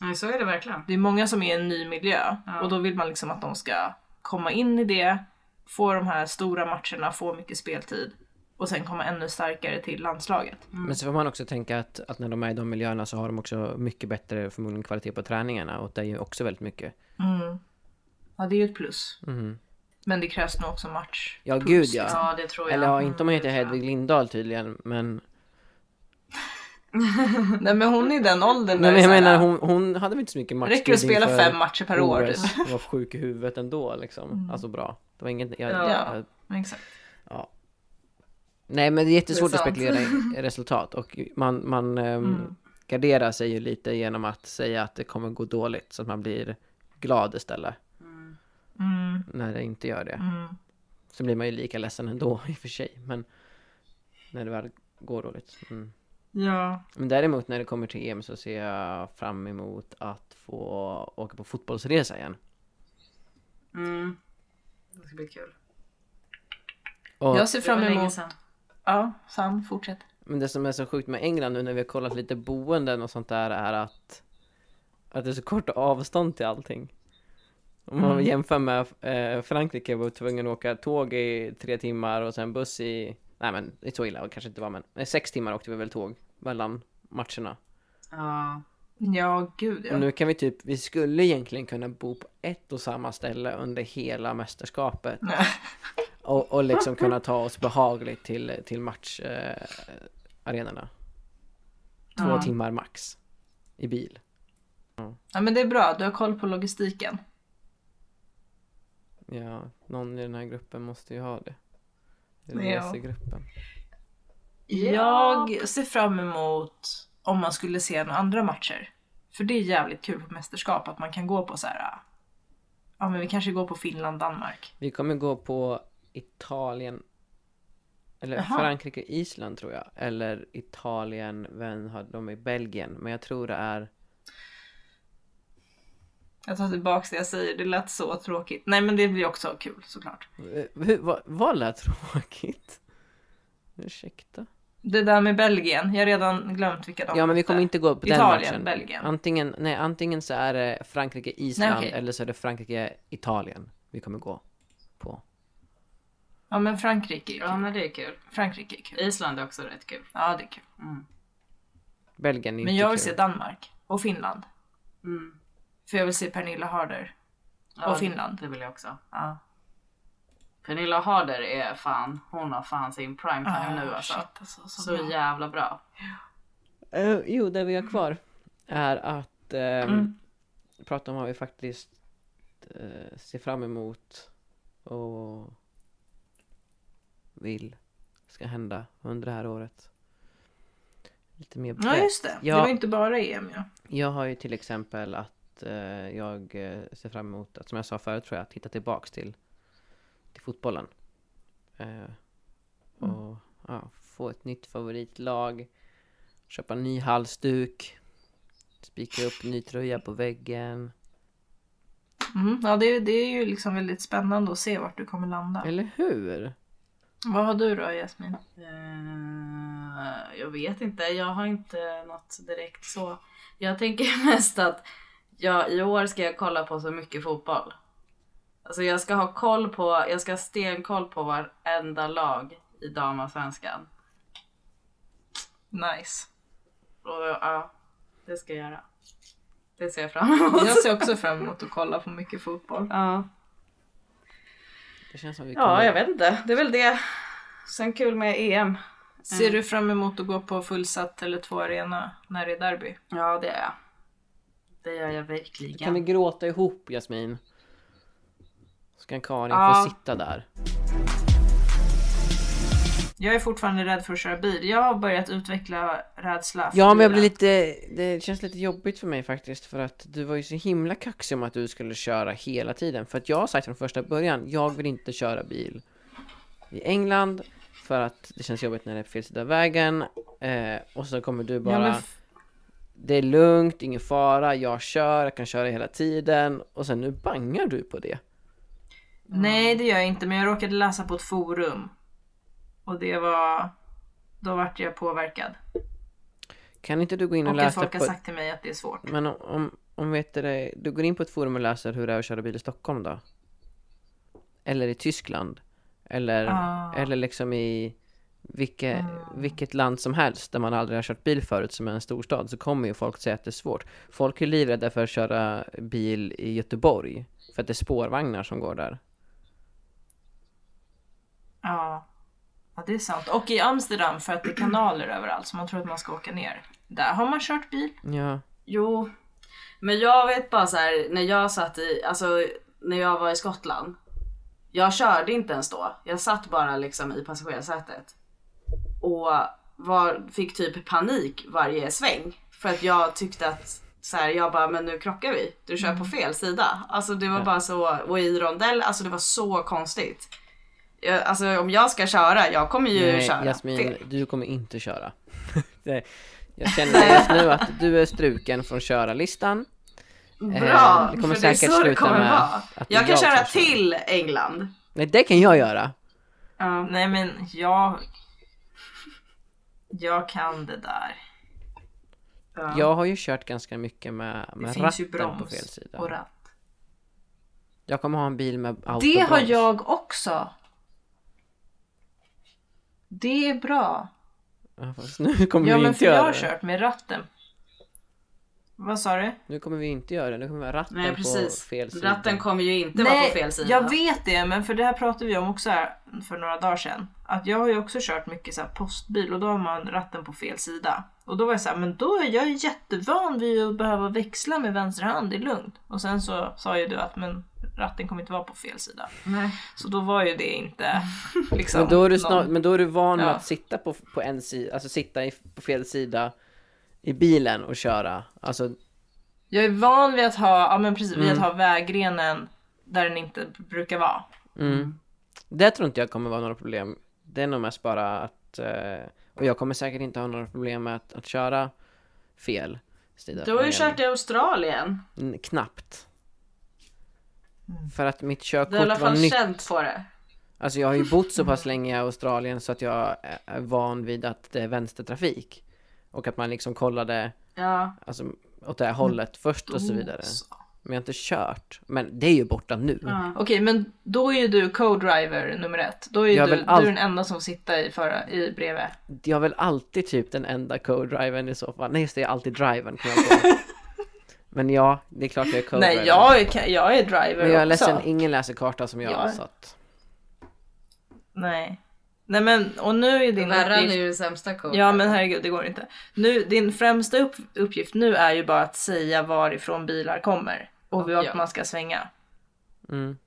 [SPEAKER 7] Nej, så är det verkligen.
[SPEAKER 6] Det är många som är i en ny miljö
[SPEAKER 7] Ja.
[SPEAKER 6] och då vill man liksom att de ska komma in i det, få de här stora matcherna, få mycket speltid och sen komma ännu starkare till landslaget.
[SPEAKER 7] Mm.
[SPEAKER 5] Men så får man också tänka att, att när de är i de miljöerna så har de också mycket bättre förmodligen kvalitet på träningarna och det är ju också väldigt mycket.
[SPEAKER 6] Ja, det är ju ett plus. Men det krävs nog också match.
[SPEAKER 5] Mm-hmm. Ja, gud ja.
[SPEAKER 7] Ja, det tror jag. Mm.
[SPEAKER 5] Eller ja, inte om man heter Hedvig Lindahl tydligen, men...
[SPEAKER 6] Nej men hon är i den åldern
[SPEAKER 5] Nej,
[SPEAKER 6] där
[SPEAKER 5] men jag
[SPEAKER 6] det är så här,
[SPEAKER 5] menar, hon, hon hade väl inte så mycket match.
[SPEAKER 6] räcker att spela fem matcher per år. Mm. typ.
[SPEAKER 5] Hon var sjuk i huvudet ändå liksom. Alltså bra. Det var inget... Jag,
[SPEAKER 7] Ja.
[SPEAKER 5] jag,
[SPEAKER 6] Exakt.
[SPEAKER 5] nej, men det är jättesvårt
[SPEAKER 7] Det är
[SPEAKER 5] att
[SPEAKER 7] sant.
[SPEAKER 5] spekulera i resultat och man, man ehm,
[SPEAKER 6] Mm.
[SPEAKER 5] garderar sig ju lite genom att säga att det kommer gå dåligt så att man blir glad istället
[SPEAKER 6] Mm,
[SPEAKER 5] när det inte gör det.
[SPEAKER 6] mm.
[SPEAKER 5] Så blir man ju lika ledsen ändå i och för sig. Men när det väl går dåligt. Mm.
[SPEAKER 6] Ja.
[SPEAKER 5] Men däremot när det kommer till EM så ser jag fram emot att få åka på fotbollsresa igen.
[SPEAKER 7] Mm. Det ska bli kul.
[SPEAKER 5] Och,
[SPEAKER 6] Jag ser
[SPEAKER 7] Det var
[SPEAKER 6] fram
[SPEAKER 7] länge
[SPEAKER 6] emot...
[SPEAKER 7] sedan.
[SPEAKER 6] Ja, Sam, fortsätt.
[SPEAKER 5] Men det som är så sjukt med England nu när vi har kollat lite boenden och sånt där är att att det är så kort avstånd till allting. Om man jämför med eh, Frankrike var tvungen att åka tåg i tre timmar och sen buss i, nej men det är så illa kanske inte var men, eh, sex timmar åkte vi väl tåg mellan matcherna.
[SPEAKER 7] Ja.
[SPEAKER 6] Ja, gud ja.
[SPEAKER 5] Och nu kan vi typ, vi skulle egentligen kunna bo på ett och samma ställe under hela mästerskapet.
[SPEAKER 6] Nej.
[SPEAKER 5] Och, och liksom kunna ta oss behagligt till, till matcharenorna. Eh, arenorna. Två timmar max. I bil.
[SPEAKER 6] Ja men det är bra, du har koll på logistiken.
[SPEAKER 5] Ja, någon i den här gruppen måste ju ha det. I
[SPEAKER 6] Ja.
[SPEAKER 5] Resegruppen.
[SPEAKER 6] Jag ser fram emot om man skulle se några andra matcher. För det är jävligt kul på mästerskap att man kan gå på så här. äh, Ja men vi kanske går på Finland, Danmark.
[SPEAKER 5] Vi kommer gå på Italien. Eller
[SPEAKER 6] Jaha.
[SPEAKER 5] Frankrike, Island tror jag. Eller Italien, vem har de i Belgien? Men jag tror det är
[SPEAKER 6] Jag tar tillbaka det jag säger, det lät så tråkigt. Nej men det blir också kul såklart.
[SPEAKER 5] Eh, hur- Vad, vad lät tråkigt? Ursäkta?
[SPEAKER 6] Det där med Belgien, jag har redan glömt vilka de
[SPEAKER 5] Ja men vi
[SPEAKER 6] mötte.
[SPEAKER 5] kommer inte gå upp den
[SPEAKER 6] Italien,
[SPEAKER 5] matchen.
[SPEAKER 6] Belgien.
[SPEAKER 5] Antingen, nej, antingen så är det Frankrike-Island
[SPEAKER 6] Nej, okej.
[SPEAKER 5] eller så är det Frankrike-Italien vi kommer gå på.
[SPEAKER 6] Ja men Frankrike är ju
[SPEAKER 7] Ja
[SPEAKER 6] kul.
[SPEAKER 7] men det är kul.
[SPEAKER 6] Frankrike är kul.
[SPEAKER 7] Island är också rätt kul. Mm.
[SPEAKER 6] Ja det är kul.
[SPEAKER 5] Belgien är inte
[SPEAKER 6] Men jag vill
[SPEAKER 5] kul.
[SPEAKER 6] se Danmark och Finland.
[SPEAKER 7] Mm.
[SPEAKER 6] För jag vill se Pernilla Harder.
[SPEAKER 7] Ja,
[SPEAKER 6] Och Finland.
[SPEAKER 7] Det vill jag också.
[SPEAKER 6] Ja.
[SPEAKER 7] Pernilla Harder är fan, hon har fan sin prime time
[SPEAKER 6] Ja,
[SPEAKER 7] nu alltså.
[SPEAKER 6] shit, alltså, så
[SPEAKER 7] Så
[SPEAKER 6] bra.
[SPEAKER 7] jävla bra.
[SPEAKER 5] Eh, jo, det vi har kvar är att ehm,
[SPEAKER 6] Mm.
[SPEAKER 5] prata om vad vi faktiskt eh, ser fram emot och vill ska hända under det här året. Lite mer
[SPEAKER 6] Ja
[SPEAKER 5] brett.
[SPEAKER 6] just det,
[SPEAKER 5] Ja.
[SPEAKER 6] det var inte bara EM ja.
[SPEAKER 5] Jag har ju till exempel att eh, jag eh, ser fram emot att, som jag sa förut tror jag, att hitta tillbaks till, till fotbollen. Eh, och
[SPEAKER 7] Mm.
[SPEAKER 5] ja, få ett nytt favoritlag. Köpa ny halsduk. Spika upp ny tröja på väggen.
[SPEAKER 6] Mm. Ja det, är- det är ju liksom väldigt spännande att se vart du kommer landa.
[SPEAKER 5] Eller hur?
[SPEAKER 6] Vad har du då Jasmin?
[SPEAKER 7] Eh, jag vet inte, jag har inte något direkt så. Jag tänker mest att jag, i år ska jag kolla på så mycket fotboll. Alltså jag ska ha koll på, jag ska ha stenkoll på varenda lag i damallsvenskan.
[SPEAKER 6] Nice.
[SPEAKER 7] Och ja, det ska jag göra. Det ser jag fram emot.
[SPEAKER 6] Jag ser också fram emot att kolla på mycket fotboll.
[SPEAKER 7] Ja,
[SPEAKER 5] Det känns som vi kommer...
[SPEAKER 7] ja jag vet inte. Det är väl det. Sen kul med EM.
[SPEAKER 6] Ser du fram emot att gå på fullsatt eller två arena när det är derby?
[SPEAKER 7] Ja, det gör jag. Det gör jag
[SPEAKER 5] Kan vi
[SPEAKER 7] verkligen.
[SPEAKER 5] gråta ihop Jasmin? Så kan Karin
[SPEAKER 7] Ja.
[SPEAKER 5] få sitta där.
[SPEAKER 6] Jag är fortfarande rädd för att köra bil. Jag har börjat utveckla rädsla. för
[SPEAKER 5] Ja men jag
[SPEAKER 6] bilen.
[SPEAKER 5] blir lite, det känns lite jobbigt för mig faktiskt för att du var ju så himla kaxig om att du skulle köra hela tiden. För att jag har sagt från första början, jag vill inte köra bil i England för att det känns jobbigt när det är fel sida av vägen. Eh, och så kommer du bara,
[SPEAKER 6] Ja, men f-
[SPEAKER 5] det är lugnt, ingen fara, jag kör, jag kan köra hela tiden. Och sen nu bangar du på det.
[SPEAKER 6] Nej det gör jag inte men jag råkade läsa på ett forum. Och det var... Då vart jag påverkad.
[SPEAKER 5] Kan inte du gå in och,
[SPEAKER 6] Och att
[SPEAKER 5] läsa
[SPEAKER 6] folk
[SPEAKER 5] på...
[SPEAKER 6] har sagt till mig att det är svårt.
[SPEAKER 5] Men om, om, om vet du, det, du går in på ett forum och läser hur det är att köra bil i Stockholm då? Eller i Tyskland? Eller,
[SPEAKER 6] Ah.
[SPEAKER 5] eller liksom i vilke, vilket land som helst där man aldrig har kört bil förut som är en storstad så kommer ju folk säga att det är svårt. Folk är livrädda för att köra bil i Göteborg för att det är spårvagnar som går där.
[SPEAKER 6] Ja. ja, det är sant. Och i Amsterdam för att det är kanaler överallt så man tror att man ska åka ner. Där har man kört bil.
[SPEAKER 5] Ja,
[SPEAKER 7] Jo, men jag vet bara så här när jag satt i, alltså när jag var i Skottland. Jag körde inte ens då. Jag satt bara liksom i passagerarsätet. Och var, fick typ panik varje sväng. För att jag tyckte att så här, jag bara, men nu krockar vi. Du kör
[SPEAKER 5] Mm.
[SPEAKER 7] på fel sida. Alltså det var bara så, och i rondell, alltså det var så konstigt. Jag, alltså om jag ska köra, jag kommer ju
[SPEAKER 5] Nej,
[SPEAKER 7] köra
[SPEAKER 5] Jasmin,
[SPEAKER 7] fel.
[SPEAKER 5] du kommer inte köra. det, jag känner just nu att du är struken från köra-listan. Eh,
[SPEAKER 7] Bra!
[SPEAKER 5] det kommer
[SPEAKER 7] för det är
[SPEAKER 5] säkert
[SPEAKER 7] så det
[SPEAKER 5] sluta
[SPEAKER 7] kommer
[SPEAKER 5] med
[SPEAKER 7] vara.
[SPEAKER 5] att det är
[SPEAKER 7] Jag kan
[SPEAKER 5] jag
[SPEAKER 7] köra
[SPEAKER 5] som kör.
[SPEAKER 7] till England.
[SPEAKER 5] Nej, det kan jag göra.
[SPEAKER 7] Ja.
[SPEAKER 6] Nej men jag... Jag kan det där.
[SPEAKER 5] Jag har ju kört ganska mycket med,
[SPEAKER 6] Det
[SPEAKER 5] med
[SPEAKER 6] finns ju
[SPEAKER 5] ratten
[SPEAKER 6] broms
[SPEAKER 5] på fel
[SPEAKER 6] och
[SPEAKER 5] sida.
[SPEAKER 6] ratt.
[SPEAKER 5] Jag kommer ha en bil med autobroms.
[SPEAKER 6] Det har jag också. Det är bra.
[SPEAKER 5] Ja, fast nu kommer
[SPEAKER 6] Ja
[SPEAKER 5] vi
[SPEAKER 6] men
[SPEAKER 5] inte
[SPEAKER 6] för jag
[SPEAKER 5] göra
[SPEAKER 6] har
[SPEAKER 5] det.
[SPEAKER 6] kört med ratten. Vad sa du?
[SPEAKER 5] Nu kommer vi inte göra det. Nu kommer vi ha ratten
[SPEAKER 7] Nej
[SPEAKER 5] på
[SPEAKER 7] precis.
[SPEAKER 5] fel sida.
[SPEAKER 7] Ratten kommer ju inte vara på fel sida.
[SPEAKER 6] jag vet det men för det här pratade vi om också här för några dagar sedan. Att jag har ju också kört mycket så här postbil och då har man ratten på fel sida. Och då var jag så här, men då är jag ju jättevan vid att behöva växla med vänster hand, det är lugnt. Och sen så sa ju du att men ratten kommer inte vara på fel sida. Så då var ju det inte liksom
[SPEAKER 5] men, då är du
[SPEAKER 6] någon-
[SPEAKER 5] snar... men då är du van med
[SPEAKER 6] Ja.
[SPEAKER 5] att sitta på, på en sida, alltså sitta i, på fel sida i bilen och köra. Alltså,
[SPEAKER 6] Jag är van vid att ha, ja men precis, vid
[SPEAKER 5] Mm.
[SPEAKER 6] att ha vägrenen där den inte brukar vara.
[SPEAKER 5] Mm. det tror inte jag kommer vara några problem. Det är nog mest bara att... eh, Och jag kommer säkert inte ha några problem med att, att köra fel sida.
[SPEAKER 7] Du har ju
[SPEAKER 5] Men-
[SPEAKER 7] kört i Australien.
[SPEAKER 5] N- knappt. För att mitt körkort
[SPEAKER 7] Mm. Du har i alla
[SPEAKER 5] var
[SPEAKER 7] fall
[SPEAKER 5] nytt.
[SPEAKER 7] känt på det.
[SPEAKER 5] Alltså jag har ju bott så pass länge i Australien så att jag är van vid att det är vänstertrafik. Och att man liksom kollade
[SPEAKER 7] Ja.
[SPEAKER 5] alltså, åt
[SPEAKER 7] Mm.
[SPEAKER 5] det här hållet först och så vidare. Men jag har inte kört. Men det är ju borta nu.
[SPEAKER 6] Mm. Okej, men då är ju du co-driver nummer ett. Då är ju
[SPEAKER 5] Jag har
[SPEAKER 6] du,
[SPEAKER 5] väl all-
[SPEAKER 6] du är den enda som sitter i, förra, i bredvid.
[SPEAKER 5] Jag är väl alltid typ den enda co-drivern i så fall. Nej just det, jag är alltid drivern kan jag på. Men ja, det är klart jag är co-driver.
[SPEAKER 6] Nej, jag är, ka- jag är driver
[SPEAKER 5] Men jag är
[SPEAKER 6] också.
[SPEAKER 5] ledsen, ingen läser karta som jag.
[SPEAKER 6] Ja.
[SPEAKER 5] Så att...
[SPEAKER 6] Nej. Nej men, och nu är din
[SPEAKER 7] Värre är
[SPEAKER 6] uppgift...
[SPEAKER 7] ju det sämsta kortet.
[SPEAKER 6] Ja men herregud, det går inte. Nu, din främsta upp, uppgift nu är ju bara att säga varifrån bilar kommer. Och vart
[SPEAKER 7] Ja.
[SPEAKER 6] man ska svänga.
[SPEAKER 5] mm.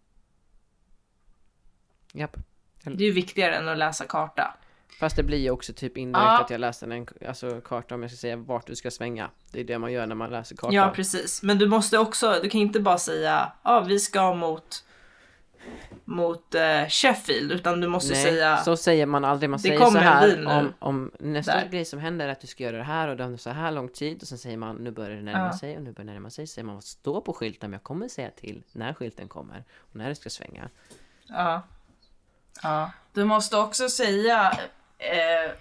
[SPEAKER 5] Japp.
[SPEAKER 6] Det är ju viktigare än att läsa karta.
[SPEAKER 5] Fast det blir ju också typ indirekt
[SPEAKER 6] Ja.
[SPEAKER 5] att jag läser en alltså, karta om jag ska säga vart du ska svänga. Det är det man gör när man läser karta.
[SPEAKER 6] Ja precis. Men du måste också, du kan inte bara säga ja vi ska mot mot eh, Sheffield utan du måste
[SPEAKER 5] Nej,
[SPEAKER 6] säga
[SPEAKER 5] så säger man aldrig. Man
[SPEAKER 6] Det
[SPEAKER 5] säger så
[SPEAKER 6] kommer en
[SPEAKER 5] här
[SPEAKER 6] bil nu.
[SPEAKER 5] om, om nästa
[SPEAKER 6] Där.
[SPEAKER 5] grej som händer är att du ska göra det här och det har så här lång tid och sen säger man nu börjar det närma
[SPEAKER 6] Ja.
[SPEAKER 5] sig och nu börjar det närma sig. Så säger man vad står på skylten men jag kommer säga till när skylten kommer och när det ska svänga.
[SPEAKER 6] ja. Ja.
[SPEAKER 7] Du måste också säga eh,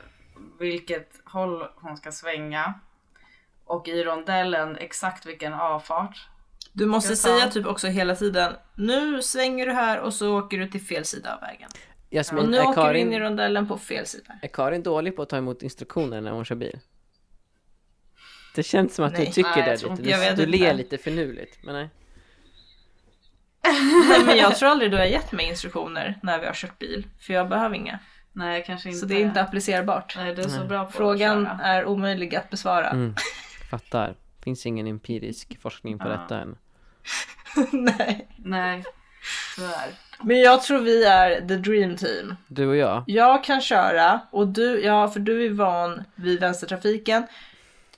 [SPEAKER 7] vilket håll hon ska svänga. Och i rondellen exakt vilken avfart.
[SPEAKER 6] Du måste
[SPEAKER 7] Ska jag ta-
[SPEAKER 6] säga typ också hela tiden nu svänger du här och så åker du till fel sida av vägen. Och
[SPEAKER 5] Jasmin,
[SPEAKER 6] nu
[SPEAKER 5] är,
[SPEAKER 6] åker du in i
[SPEAKER 5] Karin,
[SPEAKER 6] rondellen på fel sida.
[SPEAKER 5] är Karin dålig på att ta emot instruktioner när hon kör bil? Det känns som att
[SPEAKER 6] Nej,
[SPEAKER 5] du tycker
[SPEAKER 7] nej, jag
[SPEAKER 5] det
[SPEAKER 7] tror
[SPEAKER 5] lite.
[SPEAKER 7] inte-
[SPEAKER 5] Du,
[SPEAKER 6] jag vet
[SPEAKER 5] du
[SPEAKER 6] inte.
[SPEAKER 5] ler lite finurligt. Men nej.
[SPEAKER 6] Nej men jag tror aldrig du har gett mig instruktioner när vi har kört bil. För jag behöver inga.
[SPEAKER 7] Nej kanske inte.
[SPEAKER 6] Så det är inte applicerbart.
[SPEAKER 7] Nej du är så bra på
[SPEAKER 6] Frågan
[SPEAKER 7] att köra.
[SPEAKER 6] är omöjlig att besvara.
[SPEAKER 5] Mm, fattar. Finns ingen empirisk forskning på
[SPEAKER 7] Ja.
[SPEAKER 5] detta än.
[SPEAKER 6] Nej.
[SPEAKER 7] Nej. Tyvärr.
[SPEAKER 6] Men jag tror vi är the dream team.
[SPEAKER 5] Du och jag?
[SPEAKER 6] Jag kan köra och du, ja för du är van vid vänstertrafiken.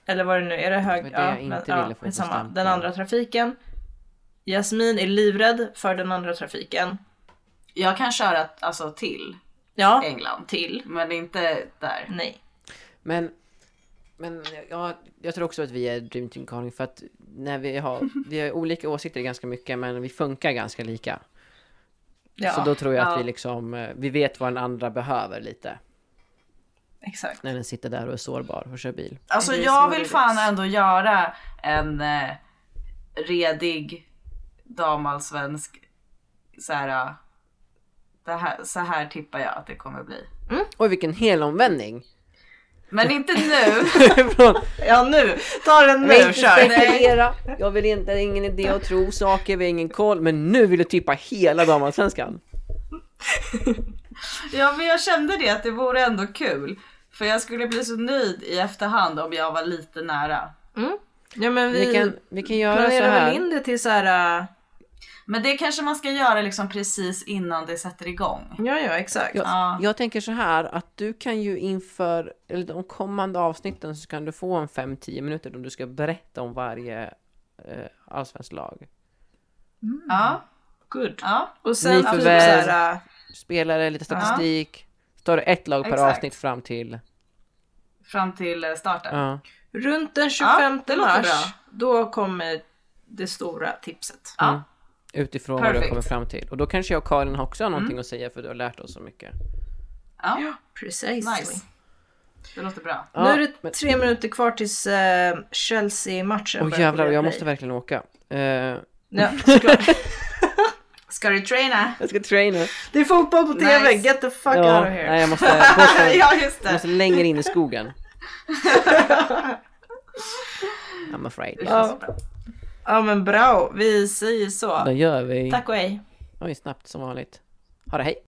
[SPEAKER 6] Eller vad det nu är, är det hög...
[SPEAKER 5] Det var det
[SPEAKER 6] ja,
[SPEAKER 5] jag inte ville få
[SPEAKER 6] skitsamma.
[SPEAKER 5] bestämt.
[SPEAKER 6] Den andra trafiken. Jasmin är livrädd för den andra trafiken.
[SPEAKER 7] Jag kan köra alltså till
[SPEAKER 6] Ja.
[SPEAKER 7] England.
[SPEAKER 6] Till.
[SPEAKER 7] Men inte där.
[SPEAKER 6] Nej.
[SPEAKER 5] Men, men jag, jag tror också att vi är Dream Team Karin för att när vi har, vi har olika åsikter ganska mycket men vi funkar ganska lika.
[SPEAKER 6] Ja,
[SPEAKER 5] Så då tror jag att
[SPEAKER 7] ja.
[SPEAKER 5] vi liksom, eh, vi vet vad den andra behöver lite.
[SPEAKER 6] exakt.
[SPEAKER 5] När den sitter där och är sårbar och kör bil.
[SPEAKER 7] Alltså
[SPEAKER 6] Det är
[SPEAKER 7] jag
[SPEAKER 6] så
[SPEAKER 7] vill
[SPEAKER 6] det
[SPEAKER 7] fan
[SPEAKER 6] är.
[SPEAKER 7] ändå göra en eh, redig damallsvensk så här, eh, det här, så här tippar jag att det kommer bli.
[SPEAKER 5] Oj vilken helomvändning!
[SPEAKER 7] Men inte nu.
[SPEAKER 5] Från,
[SPEAKER 6] Ja nu! Ta den
[SPEAKER 5] jag
[SPEAKER 6] nu,
[SPEAKER 5] vill inte
[SPEAKER 6] kör!
[SPEAKER 5] spekulera, jag vill inte, det är ingen idé att tro saker, vi har ingen koll. Men nu vill du tippa hela damallsvenskan!
[SPEAKER 7] ja men jag kände det att det vore ändå kul. För jag skulle bli så nöjd i efterhand om jag var lite nära.
[SPEAKER 6] Ja men vi,
[SPEAKER 5] Vi kan, vi kan göra så
[SPEAKER 6] planerar väl
[SPEAKER 5] här.
[SPEAKER 6] in det till så här. äh,
[SPEAKER 7] Men det kanske man ska göra liksom precis innan det sätter igång.
[SPEAKER 6] Ja ja exakt.
[SPEAKER 5] Jag,
[SPEAKER 7] Ja.
[SPEAKER 5] jag tänker så här att du kan ju inför eller de kommande avsnitten så kan du få en 5-10 minuter om du ska berätta om varje eh, allsvenskt lag.
[SPEAKER 7] Ja,
[SPEAKER 6] Good.
[SPEAKER 7] ja.
[SPEAKER 6] Och sen typ så
[SPEAKER 5] Nyförvärv.
[SPEAKER 6] här. äh,
[SPEAKER 5] Spelare, lite statistik. Så tar du ett lag per
[SPEAKER 7] Exakt.
[SPEAKER 5] avsnitt fram till...
[SPEAKER 7] Fram till eh, starten.
[SPEAKER 5] Ja. mm,
[SPEAKER 6] Runt den
[SPEAKER 7] Ja,
[SPEAKER 6] 25
[SPEAKER 7] det låter
[SPEAKER 6] mars,
[SPEAKER 7] bra.
[SPEAKER 6] då kommer det stora tipset.
[SPEAKER 7] Ja.
[SPEAKER 5] Mm. Utifrån vad du
[SPEAKER 7] Perfect.
[SPEAKER 5] kommer fram till. Och då kanske jag och Karin har också har någonting att säga för du har lärt oss så mycket.
[SPEAKER 7] Ja,
[SPEAKER 6] Precis.
[SPEAKER 7] nice. Det låter bra.
[SPEAKER 5] Ja,
[SPEAKER 6] nu är det
[SPEAKER 5] men-
[SPEAKER 6] tre minuter kvar tills eh, Chelsea-matchen
[SPEAKER 5] Åh
[SPEAKER 6] börjar
[SPEAKER 5] jävlar,
[SPEAKER 6] på
[SPEAKER 5] jag
[SPEAKER 6] Viaplay.
[SPEAKER 5] måste verkligen åka. Eh,
[SPEAKER 6] Ja, såklart.
[SPEAKER 7] Ska du traina?
[SPEAKER 5] jag ska traina.
[SPEAKER 6] det är fotboll på TV,
[SPEAKER 7] Nice.
[SPEAKER 6] get the fuck
[SPEAKER 5] Ja,
[SPEAKER 6] out of here.
[SPEAKER 5] nej, jag måste bort från-
[SPEAKER 7] ja just
[SPEAKER 5] jag
[SPEAKER 7] det.
[SPEAKER 5] måste längre in i skogen. I'm afraid.
[SPEAKER 6] Ja. ja men bra, vi säger så.
[SPEAKER 5] Då gör vi...
[SPEAKER 6] Tack och hej.
[SPEAKER 5] Oj, snabbt som vanligt. Ha det, hej!